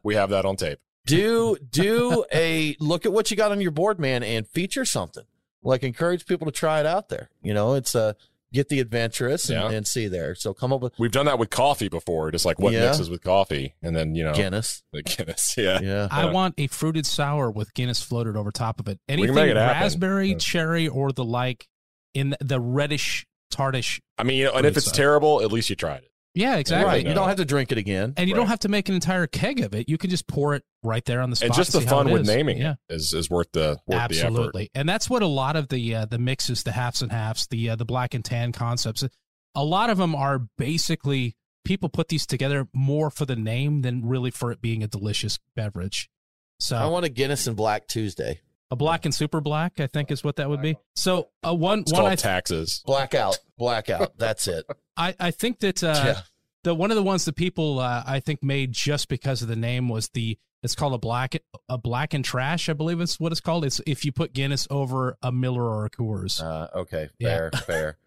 Speaker 7: we have that on tape.
Speaker 5: do do a look at what you got on your board man and feature something like encourage people to try it out there you know it's uh get the adventurous and,
Speaker 7: Yeah.
Speaker 5: and see there so come up with
Speaker 7: We've done that with coffee before, just like what
Speaker 5: Yeah.
Speaker 7: mixes with coffee, and then you know
Speaker 5: guinness
Speaker 7: the Guinness. Yeah,
Speaker 5: yeah
Speaker 6: I
Speaker 7: Yeah.
Speaker 6: want a fruited sour with Guinness floated over top of it.
Speaker 7: can
Speaker 6: Anything
Speaker 7: make it happen.
Speaker 6: raspberry,
Speaker 7: Yeah.
Speaker 6: cherry, or the like in the, the reddish, tartish.
Speaker 7: I mean, you know, and if
Speaker 6: Fruit
Speaker 7: it's
Speaker 6: salad.
Speaker 7: terrible, at least you tried it.
Speaker 6: Yeah, exactly.
Speaker 5: right you
Speaker 7: No.
Speaker 5: don't have to drink it again
Speaker 6: And you don't
Speaker 7: Right.
Speaker 6: have to make an entire keg of it. You can just pour it right there on the spot.
Speaker 7: and just the
Speaker 6: see how
Speaker 7: fun
Speaker 6: it
Speaker 7: with
Speaker 6: is.
Speaker 7: naming
Speaker 6: Yeah.
Speaker 7: it is is worth the worth
Speaker 6: Absolutely, and that's what a lot of the uh, the mixes, the halves and halves, the uh, the black and tan concepts. A lot of them are basically people put these together more for the name than really for it being a delicious beverage. So
Speaker 5: i want a guinness and black tuesday
Speaker 6: a black and super black, I think, is what that would be. So uh, one
Speaker 7: the effort. It's
Speaker 6: one
Speaker 7: called
Speaker 6: I,
Speaker 7: taxes.
Speaker 5: blackout blackout that's it
Speaker 6: I I think that uh,
Speaker 5: Yeah.
Speaker 6: the one of the ones that people uh, I think made just because of the name was the it's called a black a black and trash, I believe it's what it's called. It's if you put Guinness over a Miller or a Coors.
Speaker 5: Uh, okay, fair,
Speaker 6: Yeah.
Speaker 5: fair.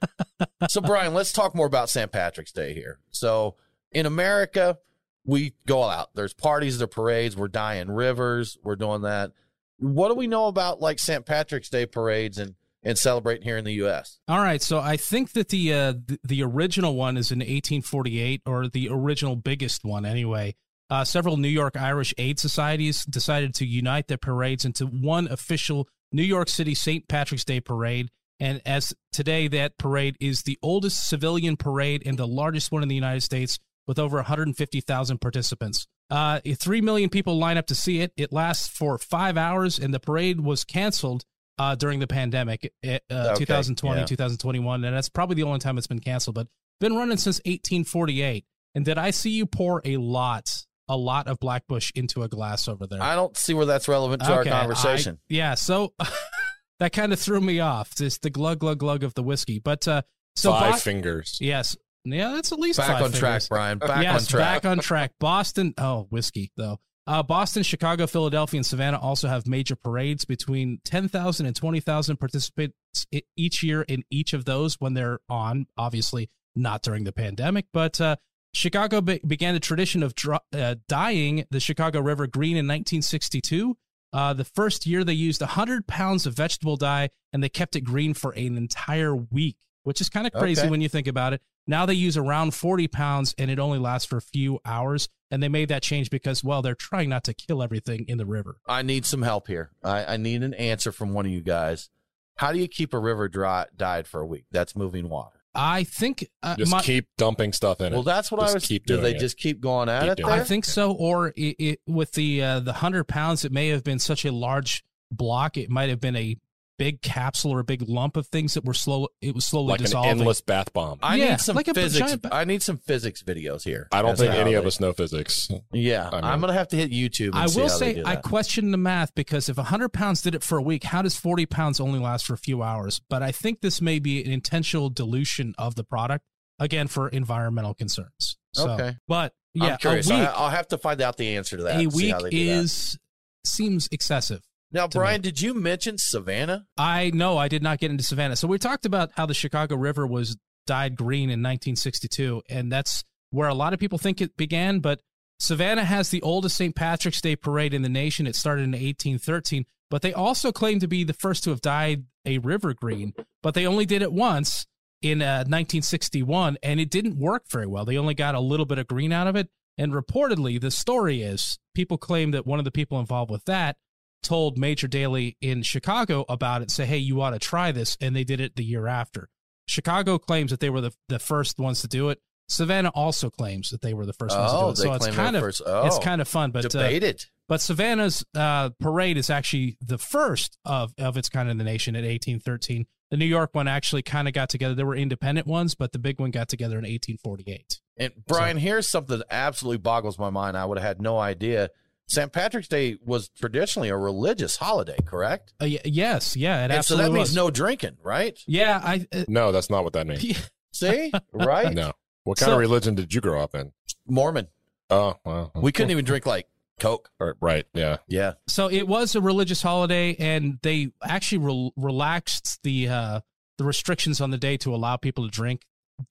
Speaker 5: so, Brian, let's talk more about St. Patrick's Day here. So, in America, we go all out. There's parties, there are parades. We're dying rivers. We're doing that. What do we know about like St. Patrick's Day parades and and celebrating here in the U.S.?
Speaker 6: All right, so I think that the uh, the, the original one is in 1848, or the original biggest one anyway. Uh, several New York Irish aid societies decided to unite their parades into one official New York City St. Patrick's Day parade. And as today, that parade is the oldest civilian parade and the largest one in the United States with over 150,000 participants. Uh, 3 million people line up to see it. It lasts for five hours, and the parade was canceled uh, during the pandemic, uh,
Speaker 5: Okay,
Speaker 6: 2020,
Speaker 5: yeah.
Speaker 6: 2021. And that's probably the only time it's been canceled, but been running since 1848. And did I see you pour a lot, a lot of Blackbush into a glass over there?
Speaker 5: I don't see where that's relevant to our
Speaker 6: Uh, Okay, I-
Speaker 5: conversation.
Speaker 6: yeah, so that kind of threw me off. Just the glug, glug, glug of the whiskey. But uh, so
Speaker 7: Five
Speaker 6: Bo-
Speaker 7: fingers.
Speaker 6: Yes. Yeah, that's at least
Speaker 5: back
Speaker 6: five
Speaker 5: on track,
Speaker 6: fingers.
Speaker 5: Brian. Back
Speaker 6: yes,
Speaker 5: on track.
Speaker 6: back on track. Boston. Oh, whiskey though. Uh, Boston, Chicago, Philadelphia, and Savannah also have major parades between 10,000 and 20,000 participants i- each year in each of those when they're on. Obviously, not during the pandemic, but uh, Chicago be- began the tradition of dr- uh, dyeing the Chicago River green in 1962. Uh, the first year they used 100 pounds of vegetable dye and they kept it green for an entire week, which is kind of crazy
Speaker 5: Okay.
Speaker 6: when you think about it. Now they use around 40 pounds and it only lasts for a few hours. And they made that change because, well, they're trying not to kill everything in the river.
Speaker 5: I need some help here. I, I need an answer from one of you guys. How do you keep a river dry, dyed for a week? That's moving water.
Speaker 6: I think uh,
Speaker 7: Just
Speaker 6: my-
Speaker 7: keep dumping stuff in
Speaker 5: Well,
Speaker 7: it.
Speaker 5: that's what I
Speaker 7: Just
Speaker 5: was.
Speaker 7: keep
Speaker 5: do
Speaker 7: doing
Speaker 5: they
Speaker 7: it.
Speaker 5: just keep going at
Speaker 7: Keep
Speaker 5: it?
Speaker 7: doing
Speaker 5: there?
Speaker 6: I think so. Or it, it, with the uh, the hundred pounds, it may have been such a large block. It might have been a big capsule or a big lump of things that were slow. It was slowly
Speaker 7: Like an
Speaker 6: dissolving.
Speaker 7: endless bath bomb. I,
Speaker 5: I
Speaker 6: Yeah,
Speaker 5: need some
Speaker 6: like a
Speaker 5: physics.
Speaker 6: giant ba-
Speaker 5: I need some physics videos here.
Speaker 7: don't
Speaker 5: That's
Speaker 7: think
Speaker 5: how
Speaker 7: any of
Speaker 5: they-
Speaker 7: us know physics.
Speaker 5: Yeah,
Speaker 7: I mean-
Speaker 5: I'm gonna have to hit YouTube. And
Speaker 6: I
Speaker 5: see
Speaker 6: will
Speaker 5: how they
Speaker 6: say
Speaker 5: do
Speaker 6: I
Speaker 5: that.
Speaker 6: question the math because if 100 pounds did it for a week, how does 40 pounds only last for a few hours? But I think this may be an intentional dilution of the product again for environmental concerns. So,
Speaker 5: Okay.
Speaker 6: but
Speaker 5: I'm
Speaker 6: yeah,
Speaker 5: curious.
Speaker 6: a week,
Speaker 5: I, I'll have to find out the answer to that.
Speaker 6: a
Speaker 5: and see
Speaker 6: week
Speaker 5: how they do that.
Speaker 6: is seems excessive.
Speaker 5: now,
Speaker 6: to
Speaker 5: Brian. Did you mention Savannah?
Speaker 6: I know I did not get into Savannah. So we talked about how the Chicago River was dyed green in 1962, and that's where a lot of people think it began. But Savannah has the oldest St. Patrick's Day parade in the nation. It started in 1813, but they also claim to be the first to have dyed a river green. But they only did it once in uh, 1961, and it didn't work very well. They only got a little bit of green out of it. And reportedly, the story is people claim that one of the people involved with that told Major Daily in Chicago about it, say, hey, you ought to try this. And they did it the year after. Chicago claims that they were the, the first ones to do it. Savannah also claims that they were the first ones
Speaker 5: Oh,
Speaker 6: to do
Speaker 5: they
Speaker 6: it. So
Speaker 5: claim
Speaker 6: it's
Speaker 5: they're
Speaker 6: kind
Speaker 5: the
Speaker 6: of
Speaker 5: first- oh.
Speaker 6: it's kind of fun, but uh,
Speaker 5: Debated.
Speaker 6: but Savannah's uh, parade is actually the first of, of its kind in the nation at 1813. The New York one actually kind of got together. There were independent ones, but the big one got together in 1848.
Speaker 5: And Brian, here's something that absolutely boggles my mind. I would have had no idea. St. Patrick's Day was traditionally a religious holiday, correct?
Speaker 6: Uh, y- yes, yeah, it
Speaker 5: And so
Speaker 6: absolutely
Speaker 5: that means
Speaker 6: was.
Speaker 5: no drinking, right?
Speaker 6: Yeah, I uh,
Speaker 7: No, that's not what that means.
Speaker 5: See, right?
Speaker 7: No. What kind
Speaker 6: So-
Speaker 7: of religion did you grow up in?
Speaker 5: Mormon.
Speaker 7: Oh, wow.
Speaker 5: We couldn't even drink like Coke.
Speaker 7: Or- right. Yeah.
Speaker 5: Yeah,
Speaker 6: so it was a religious holiday, and they actually rel relaxed the uh, the restrictions on the day to allow people to drink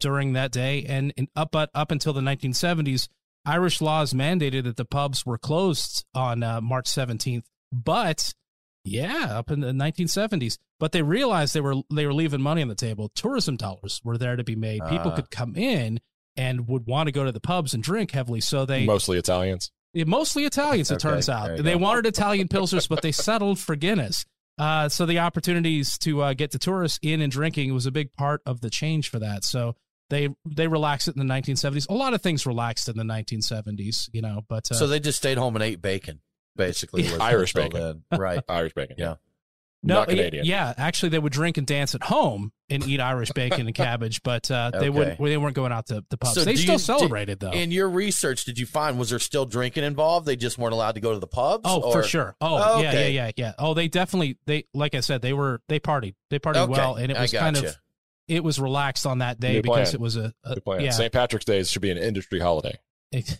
Speaker 6: during that day. And in, up but up until the 1970s, Irish laws mandated that the pubs were closed on uh, March 17th. But yeah, up in the 1970s, but they realized they were they were leaving money on the table. Tourism dollars were there to be made. People
Speaker 5: Ah.
Speaker 6: could come in and would want to go to the pubs and drink heavily. So they
Speaker 7: Mostly Italians.
Speaker 6: yeah, mostly Italians, it
Speaker 5: Okay,
Speaker 6: turns
Speaker 5: there
Speaker 6: out.
Speaker 5: you
Speaker 6: They
Speaker 5: go.
Speaker 6: wanted Italian pilsners, but they settled for Guinness. Uh, so the opportunities to uh, get the tourists in and drinking was a big part of the change for that. So they they relaxed it in the 1970s. A lot of things relaxed in the 1970s, you know. But uh,
Speaker 5: so they just stayed home and ate bacon, basically. was
Speaker 7: Irish
Speaker 5: until
Speaker 7: bacon.
Speaker 5: then. right?
Speaker 7: Irish bacon.
Speaker 5: Yeah.
Speaker 7: Not
Speaker 6: y-
Speaker 7: Canadian.
Speaker 6: Yeah, actually, they would drink and dance at home and eat Irish bacon and cabbage, but uh, they
Speaker 5: Okay.
Speaker 6: wouldn't. They weren't going out to the pubs.
Speaker 5: So
Speaker 6: they
Speaker 5: do
Speaker 6: still
Speaker 5: you- do-
Speaker 6: celebrated though.
Speaker 5: In your research, did you find was there still drinking involved? They just weren't allowed to go to the pubs.
Speaker 6: Oh, for
Speaker 5: or-
Speaker 6: sure. Oh, yeah,
Speaker 5: Okay.
Speaker 6: yeah, yeah, yeah. Oh, they definitely they like I said, they were they partied. They partied
Speaker 5: Okay,
Speaker 6: well and it
Speaker 5: I
Speaker 6: was kind of
Speaker 5: gotcha.
Speaker 6: it was relaxed on that day
Speaker 7: New
Speaker 6: because
Speaker 7: plan.
Speaker 6: it was a, a
Speaker 7: Good plan.
Speaker 6: yeah.
Speaker 7: St. Patrick's Day should be an industry holiday.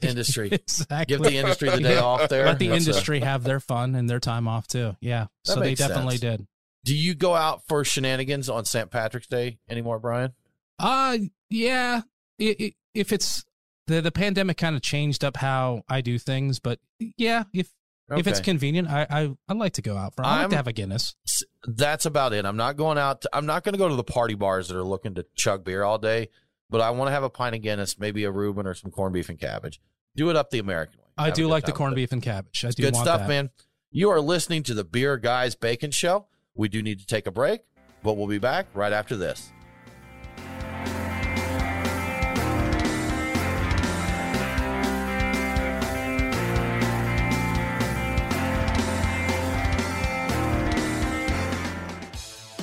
Speaker 5: Industry.
Speaker 6: exactly.
Speaker 5: Give the industry the day off there.
Speaker 6: Let the
Speaker 5: That's a-
Speaker 6: industry have their fun and their time off too. Yeah.
Speaker 5: That
Speaker 6: so they
Speaker 5: makes
Speaker 6: definitely
Speaker 5: sense.
Speaker 6: did.
Speaker 5: Do you go out for shenanigans on St. Patrick's Day anymore, Brian?
Speaker 6: Uh yeah. It, it, if it's the the pandemic kind of changed up how I do things, but yeah, if if it's
Speaker 5: Okay.
Speaker 6: convenient, I I I like to go out for. I like
Speaker 5: I'm-
Speaker 6: to have a Guinness.
Speaker 5: S- that's about it. I'm not going out. To, I'm not going to go to the party bars that are looking to chug beer all day, but I want to have a pint of Guinness, maybe a Reuben or some corned beef and cabbage. Do it up the American way.
Speaker 6: I
Speaker 5: Have a
Speaker 6: do
Speaker 5: good
Speaker 6: like the
Speaker 5: time
Speaker 6: corned
Speaker 5: with it.
Speaker 6: beef and cabbage. I do
Speaker 5: Good
Speaker 6: want
Speaker 5: stuff,
Speaker 6: that.
Speaker 5: man. You are listening to the Beer Guys Bacon Show. We do need to take a break, but we'll be back right after this.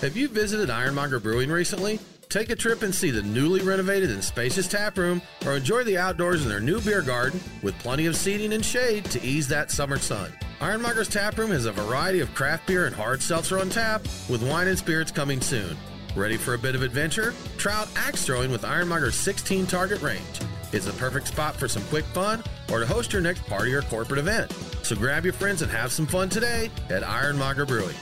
Speaker 1: Have you visited Ironmonger Brewing recently? Take a trip and see the newly renovated and spacious tap room, or enjoy the outdoors in their new beer garden with plenty of seating and shade to ease that summer sun. Ironmonger's tap room has a variety of craft beer and hard seltzer on tap, with wine and spirits coming soon. Ready for a bit of adventure? Try out axe throwing with Ironmonger's 16 target range. It's the perfect spot for some quick fun or to host your next party or corporate event. So grab your friends and have some fun today at Ironmonger Brewing.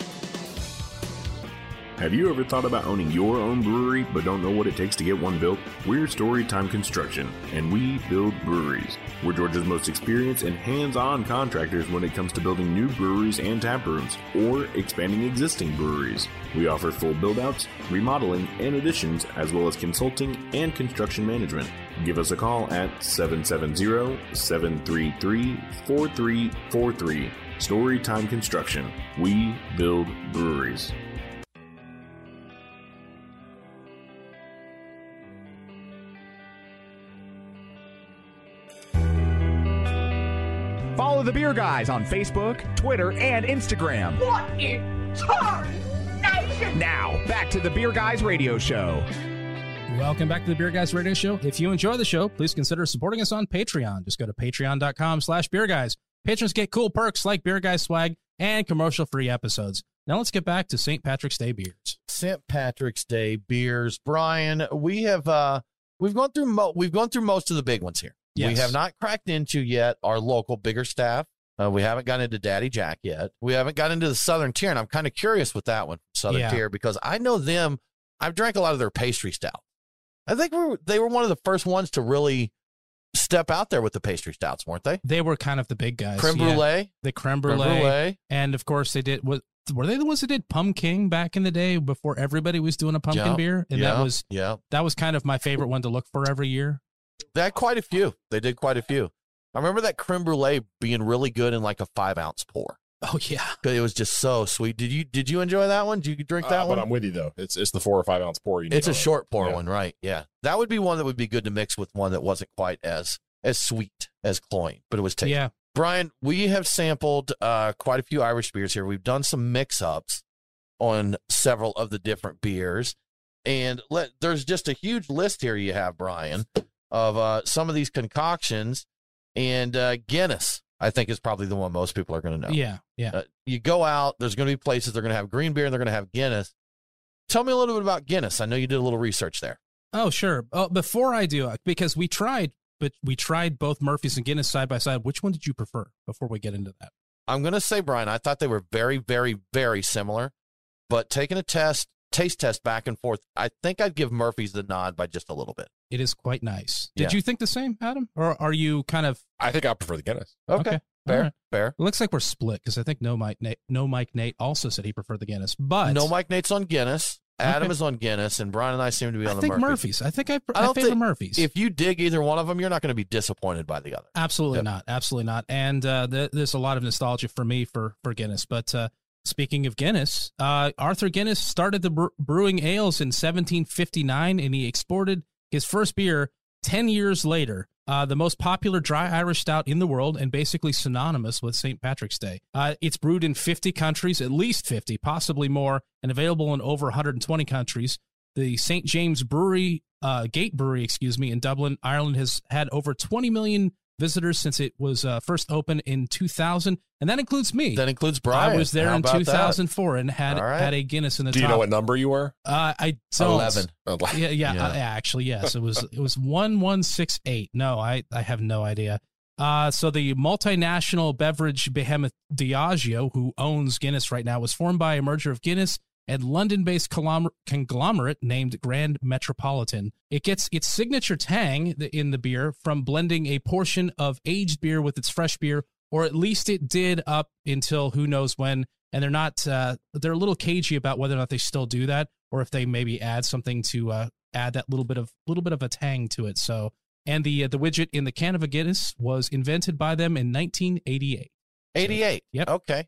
Speaker 9: Have you ever thought about owning your own brewery but don't know what it takes to get one built? We're Storytime Construction, and we build breweries. We're Georgia's most experienced and hands on contractors when it comes to building new breweries and tap rooms or expanding existing breweries. We offer full build outs, remodeling, and additions, as well as consulting and construction management. Give us a call at 770 733 4343. Storytime Construction. We build breweries.
Speaker 2: Follow the Beer Guys on Facebook, Twitter, and Instagram. What in tarnation? Now, back to the Beer Guys radio show.
Speaker 6: Welcome back to the Beer Guys Radio Show. If you enjoy the show, please consider supporting us on Patreon. Just go to patreon.com slash beer guys. Patrons get cool perks like beer guys swag and commercial free episodes. Now let's get back to St. Patrick's Day beers.
Speaker 5: St. Patrick's Day beers. Brian, we have uh we've gone through mo- we've gone through most of the big ones here. We
Speaker 6: Yes.
Speaker 5: have not cracked into yet our local bigger staff. Uh, we haven't gotten into Daddy Jack yet. We haven't gotten into the Southern Tier, and I'm kind of curious with that one, Southern
Speaker 6: Yeah.
Speaker 5: Tier, because I know them. I've drank a lot of their pastry stout. I think we were, they were one of the first ones to really step out there with the pastry stouts, weren't they?
Speaker 6: They were kind of the big guys.
Speaker 5: Creme
Speaker 6: yeah.
Speaker 5: brulee,
Speaker 6: The creme
Speaker 5: creme
Speaker 6: brulee. And of course they did was were they the ones that did pumpkin back in the day before everybody was doing a pumpkin
Speaker 5: Yeah,
Speaker 6: beer? And
Speaker 5: yeah,
Speaker 6: that was
Speaker 5: yeah.
Speaker 6: that was kind of my favorite one to look for every year.
Speaker 5: They had quite a few. They did quite a few. I remember that creme brulee being really good in like a five ounce pour.
Speaker 6: Oh yeah.
Speaker 5: 'Cause It was just so sweet. Did you did you enjoy that one? Did you drink that
Speaker 7: Uh,
Speaker 5: one?
Speaker 7: But I'm with you though. It's it's the four or five ounce pour. You need
Speaker 5: It's a
Speaker 7: on it.
Speaker 5: short pour
Speaker 7: Yeah.
Speaker 5: one, right? Yeah, that would be one that would be good to mix with one that wasn't quite as as sweet as cloying, but it was tasty.
Speaker 6: Yeah.
Speaker 5: Brian, we have sampled uh, quite a few Irish beers here. We've done some mix ups on several of the different beers, and let there's just a huge list here you have, Brian, of uh, some of these concoctions, and uh, Guinness. I think is probably the one most people are going to know.
Speaker 6: Yeah. Yeah.
Speaker 5: Uh, you go out, there's going to be places they're going to have green beer and they're going to have Guinness. Tell me a little bit about Guinness. I know you did a little research there.
Speaker 6: Oh sure. Oh, before I do, uh, because we tried, but we tried both Murphy's and Guinness side by side. Which one did you prefer? Before we get into that.
Speaker 5: I'm going to say, Brian, I thought they were very, very, very similar, but taking a test, taste test back and forth, I think I'd give Murphy's the nod by just a little bit.
Speaker 6: It is quite nice. Did
Speaker 5: Yeah.
Speaker 6: you think the same, Adam, or are you kind of
Speaker 7: I think I prefer the Guinness.
Speaker 5: Okay. Fair,
Speaker 6: All right.
Speaker 5: fair.
Speaker 6: It looks like we're split because I think no Mike Nate, no Mike Nate also said he preferred the Guinness, but
Speaker 5: no, Mike Nate's on Guinness. Adam
Speaker 6: Okay.
Speaker 5: is on Guinness, and Brian and I seem to be on
Speaker 6: I
Speaker 5: the
Speaker 6: think
Speaker 5: Murphy's.
Speaker 6: Murphy's. I think I,
Speaker 5: I
Speaker 6: I,
Speaker 5: don't
Speaker 6: favor
Speaker 5: thi-
Speaker 6: Murphy's.
Speaker 5: If you dig either one of them, you're not going to be disappointed by the other.
Speaker 6: Absolutely
Speaker 5: Yep.
Speaker 6: not. Absolutely not. And uh, th- there's a lot of nostalgia for me for for Guinness. But uh, speaking of Guinness, uh, Arthur Guinness started the bre- brewing ales in 1759, and he exported his first beer 10 years later. Uh, the most popular dry Irish stout in the world and basically synonymous with St. Patrick's Day. Uh, it's brewed in 50 countries, at least 50, possibly more, and available in over 120 countries the St. James Brewery, uh, Gate Brewery, excuse me, in Dublin, Ireland has had over 20 million visitors since it was uh, first opened in 2000, and that includes me.
Speaker 5: That includes Brian.
Speaker 6: I was there
Speaker 5: How
Speaker 6: in
Speaker 5: about that?
Speaker 6: 2004 and had
Speaker 5: All right.
Speaker 6: had a Guinness in the
Speaker 7: Do you
Speaker 6: top.
Speaker 7: know what number you were?
Speaker 6: Uh, I don't.
Speaker 5: 11.
Speaker 6: Yeah, yeah,
Speaker 5: Yeah.
Speaker 6: uh, yeah, actually, yes. It was it was one one six eight. No, I I have no idea. Uh, so the multinational beverage behemoth Diageo, who owns Guinness right now, was formed by a merger of Guinness and London-based colom- conglomerate named Grand Metropolitan. It gets its signature tang th- in the beer from blending a portion of aged beer with its fresh beer, or at least it did up until who knows when. And they're not uh, they're a little cagey about whether or not they still do that, or if they maybe add something to uh, add that little bit of little bit of a tang to it. So. And the uh, the widget in the can of a Guinness was invented by them in 1988. It's
Speaker 5: 88.
Speaker 6: Yep.
Speaker 5: Okay.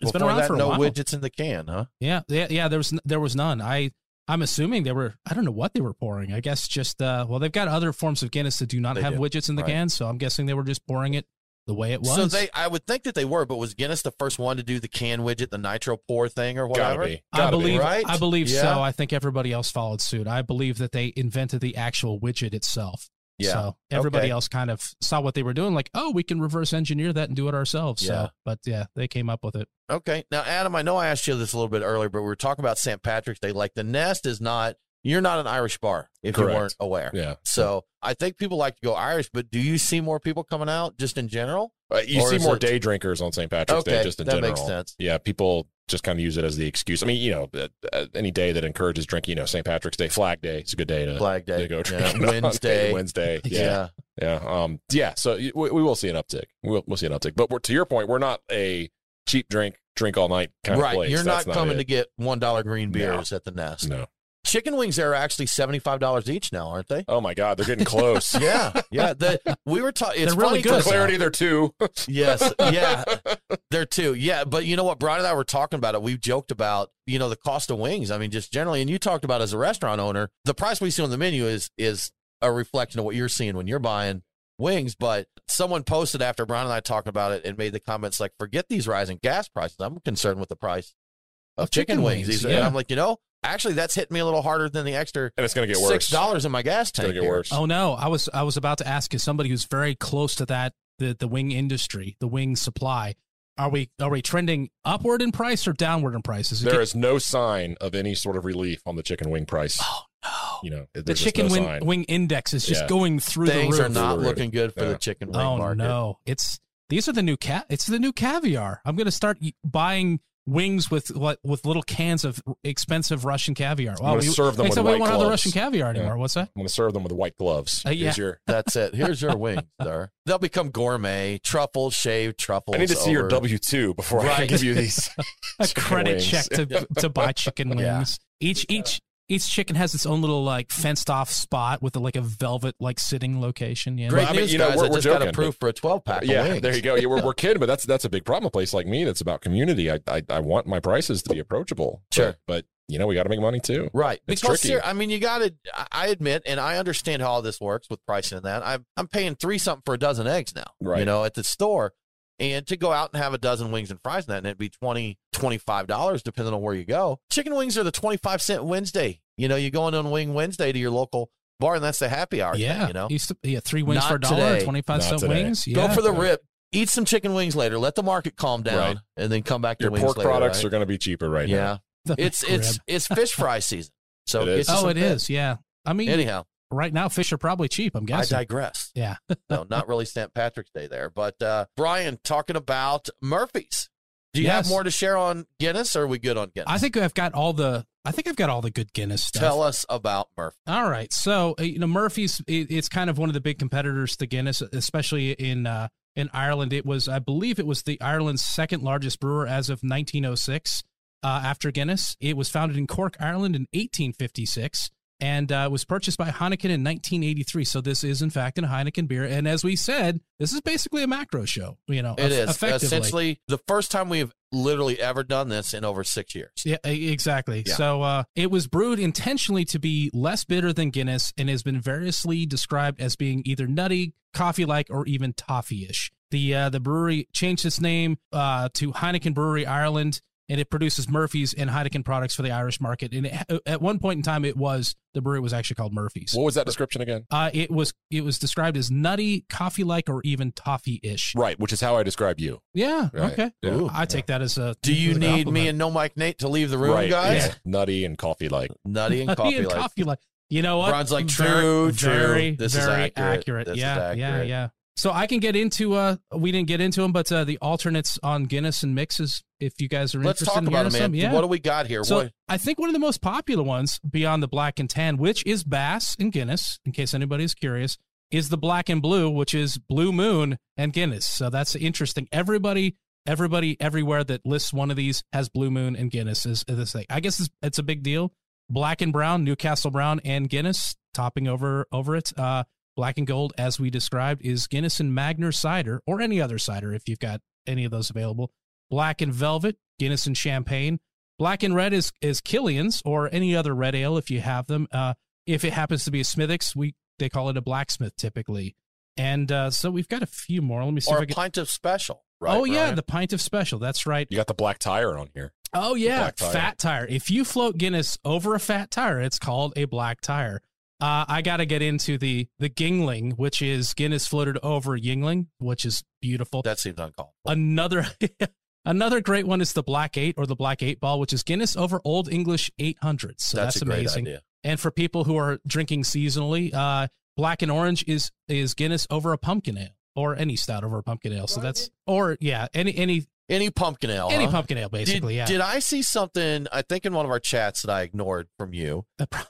Speaker 6: been
Speaker 5: Before
Speaker 6: around
Speaker 5: that,
Speaker 6: for a
Speaker 5: no
Speaker 6: while.
Speaker 5: widgets in the can, huh?
Speaker 6: Yeah, yeah, yeah. There was n- there was none. I I'm assuming they were. I don't know what they were pouring. I guess just uh, well, they've got other forms of Guinness that do not
Speaker 5: They
Speaker 6: have
Speaker 5: do,
Speaker 6: widgets in the
Speaker 5: right.
Speaker 6: can, so I'm guessing they were just pouring it the way it was.
Speaker 5: So they, I would think that they were, but was Guinness the first one to do the can widget, the nitro pour thing, or
Speaker 7: Gotta
Speaker 5: whatever?
Speaker 7: be.
Speaker 6: I
Speaker 7: Gotta
Speaker 6: believe,
Speaker 7: Be.
Speaker 5: right?
Speaker 6: I believe
Speaker 5: Yeah.
Speaker 6: so. I think everybody else followed suit. I believe that they invented the actual widget itself.
Speaker 5: Yeah.
Speaker 6: So everybody
Speaker 5: Okay.
Speaker 6: else kind of saw what they were doing, like, oh, we can reverse engineer that and do it ourselves.
Speaker 5: Yeah.
Speaker 6: So, but yeah, they came up with it.
Speaker 5: Okay. Now, Adam, I know I asked you this a little bit earlier, but we were talking about St. Patrick's Day. Like the Nest is not, you're not an Irish bar if you
Speaker 7: Correct.
Speaker 5: weren't aware.
Speaker 7: Yeah.
Speaker 5: So I think people like to go Irish, but do you see more people coming out just in general?
Speaker 7: Uh, you
Speaker 5: Or
Speaker 7: see
Speaker 5: is
Speaker 7: more
Speaker 5: it-
Speaker 7: day drinkers on St. Patrick's
Speaker 5: Okay,
Speaker 7: Day, just in
Speaker 5: that
Speaker 7: general.
Speaker 5: makes sense.
Speaker 7: Yeah, people just kind of use it as the excuse. I mean, you know, uh, uh, any day that encourages drinking, you know, St. Patrick's Day, Flag Day, it's a good day to,
Speaker 5: Flag
Speaker 7: to
Speaker 5: Day,
Speaker 7: go
Speaker 5: yeah,
Speaker 7: drinking. on
Speaker 5: Wednesday.
Speaker 7: Wednesday. Yeah,
Speaker 5: Yeah.
Speaker 7: yeah, Um, yeah. So y- we, we will see an uptick. We'll, we'll see an uptick. But we're, to your point, we're not a cheap drink, drink all night kind of
Speaker 5: Right.
Speaker 7: place.
Speaker 5: You're
Speaker 7: That's
Speaker 5: not coming to
Speaker 7: it.
Speaker 5: get $1 green
Speaker 7: No.
Speaker 5: beers at the Nest.
Speaker 7: No.
Speaker 5: Chicken wings there are actually $75 each now, aren't they?
Speaker 7: Oh my God, they're getting close.
Speaker 5: Yeah. Yeah. The, we were talking, it's
Speaker 6: They're really
Speaker 5: funny 'cause-
Speaker 7: For clarity, they're two.
Speaker 5: Yes. Yeah. there too. Yeah. But you know what? Brian and I were talking about it. We've joked about, you know, the cost of wings. I mean, just generally, and you talked about as a restaurant owner, the price we see on the menu is is a reflection of what you're seeing when you're buying wings. But someone posted after Brian and I talked about it and made the comments like, forget these rising gas prices. I'm concerned with the price of chicken, wings. These are- And
Speaker 6: yeah.
Speaker 5: I'm like, you know, actually that's hitting me a little harder than the extra
Speaker 7: And it's going to get worse.
Speaker 5: six dollars in my gas
Speaker 7: It's
Speaker 5: tank.
Speaker 7: going to get
Speaker 5: here.
Speaker 7: worse.
Speaker 6: Oh no, I was I was about to ask as somebody who's very close to that the the wing industry, the wing supply. Are we are we trending upward in price or downward in price? Is it
Speaker 7: There
Speaker 6: get-
Speaker 7: is no sign of any sort of relief on the chicken wing price.
Speaker 6: Oh, no.
Speaker 7: You know,
Speaker 6: the
Speaker 7: there's just
Speaker 6: chicken
Speaker 7: no
Speaker 6: wing,
Speaker 7: sign.
Speaker 6: wing index is just
Speaker 7: Yeah.
Speaker 6: going through
Speaker 5: Things
Speaker 6: the
Speaker 5: are
Speaker 6: roof.
Speaker 5: not
Speaker 7: Through the roof.
Speaker 5: looking good for
Speaker 7: Yeah.
Speaker 5: the chicken wing
Speaker 6: oh
Speaker 5: market.
Speaker 6: no, it's these are the new cat. It's the new caviar. I'm gonna start y- buying wings with what with little cans of expensive Russian caviar.
Speaker 7: I'm gonna serve them with
Speaker 6: except we
Speaker 7: white
Speaker 6: don't have the
Speaker 7: gloves.
Speaker 6: Russian caviar
Speaker 7: Yeah.
Speaker 6: anymore. What's that?
Speaker 7: I'm going to serve them with white gloves.
Speaker 6: Uh, yeah.
Speaker 7: Here's your-
Speaker 5: That's it. Here's your wings, sir. They'll become gourmet, truffle, shaved truffles.
Speaker 7: I need to see your
Speaker 5: over-
Speaker 7: W two before I
Speaker 5: Right.
Speaker 7: can give you these
Speaker 6: a
Speaker 7: chicken
Speaker 6: credit
Speaker 7: wings.
Speaker 6: check to to buy chicken
Speaker 5: Yeah.
Speaker 6: wings. Each each each chicken has its own little like fenced off spot with like a velvet like sitting location. Yeah.
Speaker 5: Great
Speaker 7: I mean,
Speaker 5: news,
Speaker 7: you know,
Speaker 5: guys.
Speaker 7: we're-
Speaker 5: I
Speaker 7: we're
Speaker 5: just got
Speaker 7: joking,
Speaker 5: approved for a 12 pack.
Speaker 7: yeah, there you go. Yeah, we're, we're kidding, but that's that's a big problem. A place like me that's about community. I I, I want my prices to be approachable.
Speaker 5: Sure.
Speaker 7: but, but, you know we got to make money too.
Speaker 5: Right.
Speaker 7: It's
Speaker 5: because
Speaker 7: tricky.
Speaker 5: ser- I mean, you got to. I admit, and I understand how all this works with pricing and that. I'm I'm paying three something for a dozen eggs now. You
Speaker 7: Right.
Speaker 5: know, at the store, and to go out and have a dozen wings and fries and that, and it'd be 20 25 dollars depending on where you go. Chicken wings are the twenty five cent Wednesday. You know, you go in on Wing Wednesday to your local bar, and that's the happy hour. thing,
Speaker 6: Yeah.
Speaker 5: you know,
Speaker 6: Used to- yeah. Three wings
Speaker 5: Not
Speaker 6: for a dollar,
Speaker 5: today.
Speaker 6: 25
Speaker 7: Not
Speaker 6: cent
Speaker 7: today.
Speaker 6: wings.
Speaker 5: go
Speaker 6: Yeah.
Speaker 5: for the rip. Eat some chicken wings later. Let the market calm down,
Speaker 7: Right.
Speaker 5: and then come back to
Speaker 7: Your
Speaker 5: wings
Speaker 7: pork
Speaker 5: later,
Speaker 7: products
Speaker 5: right?
Speaker 7: are going to be cheaper right now.
Speaker 5: yeah.
Speaker 6: The
Speaker 5: It's
Speaker 6: rib.
Speaker 5: it's it's fish fry season. So
Speaker 7: It is.
Speaker 5: it's
Speaker 6: oh, it is. Yeah. I mean,
Speaker 5: Anyhow.
Speaker 6: right now fish are probably cheap. I'm guessing.
Speaker 5: I digress.
Speaker 6: Yeah.
Speaker 5: no, not really St. Patrick's Day there. But uh, Brian, talking about Murphy's. Do you have
Speaker 6: Yes.
Speaker 5: more to share on Guinness? Or are we good on Guinness?
Speaker 6: I think I've got all the. I think I've got all the good Guinness stuff.
Speaker 5: Tell us about Murphy.
Speaker 6: All right. So, uh, you know, Murphy's, it, it's kind of one of the big competitors to Guinness, especially in, uh, in Ireland. It was, I believe it was the Ireland's second largest brewer as of 1906 uh, after Guinness. It was founded in Cork, Ireland in 1856 and uh, was purchased by Heineken in 1983. So this is, in fact, an Heineken beer. And as we said, this is basically a macro show, you know,
Speaker 5: It
Speaker 6: eff-
Speaker 5: is
Speaker 6: effectively.
Speaker 5: essentially the first time we've literally ever done this in over six years.
Speaker 6: Yeah, e- exactly.
Speaker 5: Yeah.
Speaker 6: So uh, it was brewed intentionally to be less bitter than Guinness and has been variously described as being either nutty, coffee like, or even toffee ish. The, uh, the brewery changed its name uh, to Heineken Brewery Ireland, and it produces Murphy's and Heineken products for the Irish market. And it, uh, at one point in time, it was the brewery was actually called Murphy's.
Speaker 7: What was that description again?
Speaker 6: Uh, it was it was described as nutty, coffee like, or even toffee ish.
Speaker 7: Right, which is how I describe you.
Speaker 6: Yeah.
Speaker 7: Right.
Speaker 6: Okay.
Speaker 7: Yeah.
Speaker 5: Ooh.
Speaker 6: I take that as a.
Speaker 5: Do you
Speaker 6: as a
Speaker 5: need
Speaker 6: compliment.
Speaker 5: me and No Mike Nate to leave the room,
Speaker 7: right,
Speaker 5: guys?
Speaker 7: yeah. nutty and coffee like.
Speaker 5: Nutty and
Speaker 6: Nutty
Speaker 5: coffee.
Speaker 6: and
Speaker 5: like-
Speaker 6: coffee like you know what?
Speaker 5: Ron's like,
Speaker 6: Very-
Speaker 5: true, true.
Speaker 6: very,
Speaker 5: This is
Speaker 6: very
Speaker 5: accurate. This is
Speaker 6: yeah, yeah,
Speaker 5: accurate.
Speaker 6: yeah. So I can get into uh, we didn't get into them, but uh, the alternates on Guinness and mixes. If you guys are
Speaker 5: Let's
Speaker 6: interested
Speaker 5: talk
Speaker 6: in
Speaker 5: about it,
Speaker 6: hearing
Speaker 5: man.
Speaker 6: some, yeah.
Speaker 5: What do we got here?
Speaker 6: so
Speaker 5: what,
Speaker 6: I think one of the most popular ones beyond the black and tan, which is Bass and Guinness, in case anybody is curious, is the black and blue, which is Blue Moon and Guinness. So that's interesting. Everybody, everybody, everywhere that lists one of these has Blue Moon and Guinness is is this thing. I guess it's, it's a big deal. Black and brown, Newcastle brown, and Guinness topping over over it. Uh, black and gold, as we described, is Guinness and Magner cider or any other cider if you've got any of those available. Black and velvet, Guinness and champagne. Black and red is is Killian's or any other red ale if you have them. Uh, if it happens to be a Smithix, we they call it a blacksmith typically. And uh, so we've got a few more. Let me see
Speaker 5: or
Speaker 6: if I
Speaker 5: a
Speaker 6: can.
Speaker 5: pint of special, right?
Speaker 6: oh yeah,
Speaker 5: Brian?
Speaker 6: the pint of special. That's right.
Speaker 7: You got the black tire on here.
Speaker 6: Oh yeah,
Speaker 7: black tire.
Speaker 6: fat tire. If you float Guinness over a fat tire, it's called a black tire. Uh, I got to get into the the Gingling, which is Guinness floated over Yingling, which is beautiful.
Speaker 5: that seems uncalled.
Speaker 6: Another another great one is the Black Eight or the Black Eight Ball, which is Guinness over Old English 800. So that's,
Speaker 5: that's, a great
Speaker 6: amazing.
Speaker 5: idea.
Speaker 6: And for people who are drinking seasonally, uh, Black and Orange is is Guinness over a pumpkin ale or any stout over a pumpkin ale. So that's or yeah, any any
Speaker 5: Any pumpkin ale?
Speaker 6: any
Speaker 5: huh?
Speaker 6: pumpkin ale
Speaker 5: Uh-huh. Did-
Speaker 6: basically. yeah,
Speaker 5: Did I see something? I think in one of our chats that I ignored from you.
Speaker 6: probably.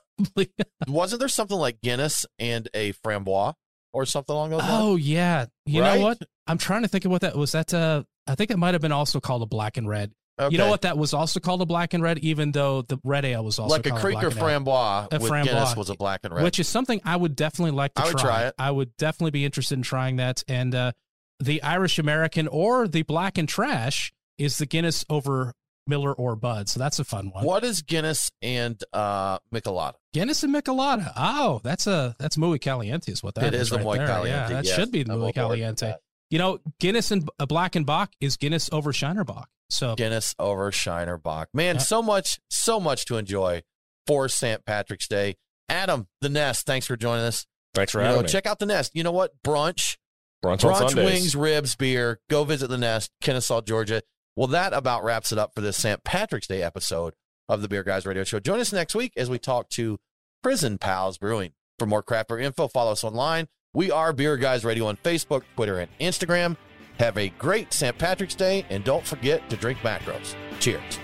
Speaker 5: Wasn't there something like Guinness and a framboise or something along those lines?
Speaker 6: Oh yeah, you
Speaker 5: Right?
Speaker 6: know what? I'm trying to think of what that was. That uh, I think it might have been also called a black and red.
Speaker 5: Okay.
Speaker 6: Oh, You know what? That was also called a black and red, even though the red ale was also
Speaker 5: Like a
Speaker 6: called
Speaker 5: creek
Speaker 6: black
Speaker 5: or
Speaker 6: and ale,
Speaker 5: framboise
Speaker 6: A
Speaker 5: with
Speaker 6: framboise,
Speaker 5: Guinness was a black and red.
Speaker 6: which is something I would definitely like to
Speaker 5: I would try it.
Speaker 6: I would definitely be interested in trying that. And uh, the Irish American or the black and trash is the Guinness over Miller or Bud. So that's a fun one.
Speaker 5: what is Guinness and uh, Michelada?
Speaker 6: Guinness and Michelada. Oh, that's a that's muy caliente is what that is.
Speaker 5: It is the
Speaker 6: right
Speaker 5: muy
Speaker 6: there. Yeah,
Speaker 5: caliente,
Speaker 6: that
Speaker 5: yes.
Speaker 6: should be the
Speaker 5: I'm
Speaker 6: muy
Speaker 5: on board with
Speaker 6: caliente.
Speaker 5: that.
Speaker 6: You know, Guinness and uh, Black and Bach is Guinness over Shinerbach. So
Speaker 5: Guinness over Shinerbach. Man,
Speaker 6: Yeah.
Speaker 5: so much, so much to enjoy for St. Patrick's Day. Adam, the Nest, thanks for joining us.
Speaker 7: Thanks for
Speaker 5: You know,
Speaker 7: having me.
Speaker 5: check out the Nest. You know what? Brunch.
Speaker 7: brunch, on
Speaker 5: brunch
Speaker 7: Sundays.
Speaker 5: wings, ribs, beer. Go visit the Nest, Kennesaw, Georgia. Well, that about wraps it up for this St. Patrick's Day episode of the Beer Guys Radio Show. Join us next week as we talk to Prison Pals Brewing. For more craft beer info, follow us online. We are Beer Guys Radio on Facebook, Twitter, and Instagram. Have a great St. Patrick's Day, and don't forget to drink macros. Cheers.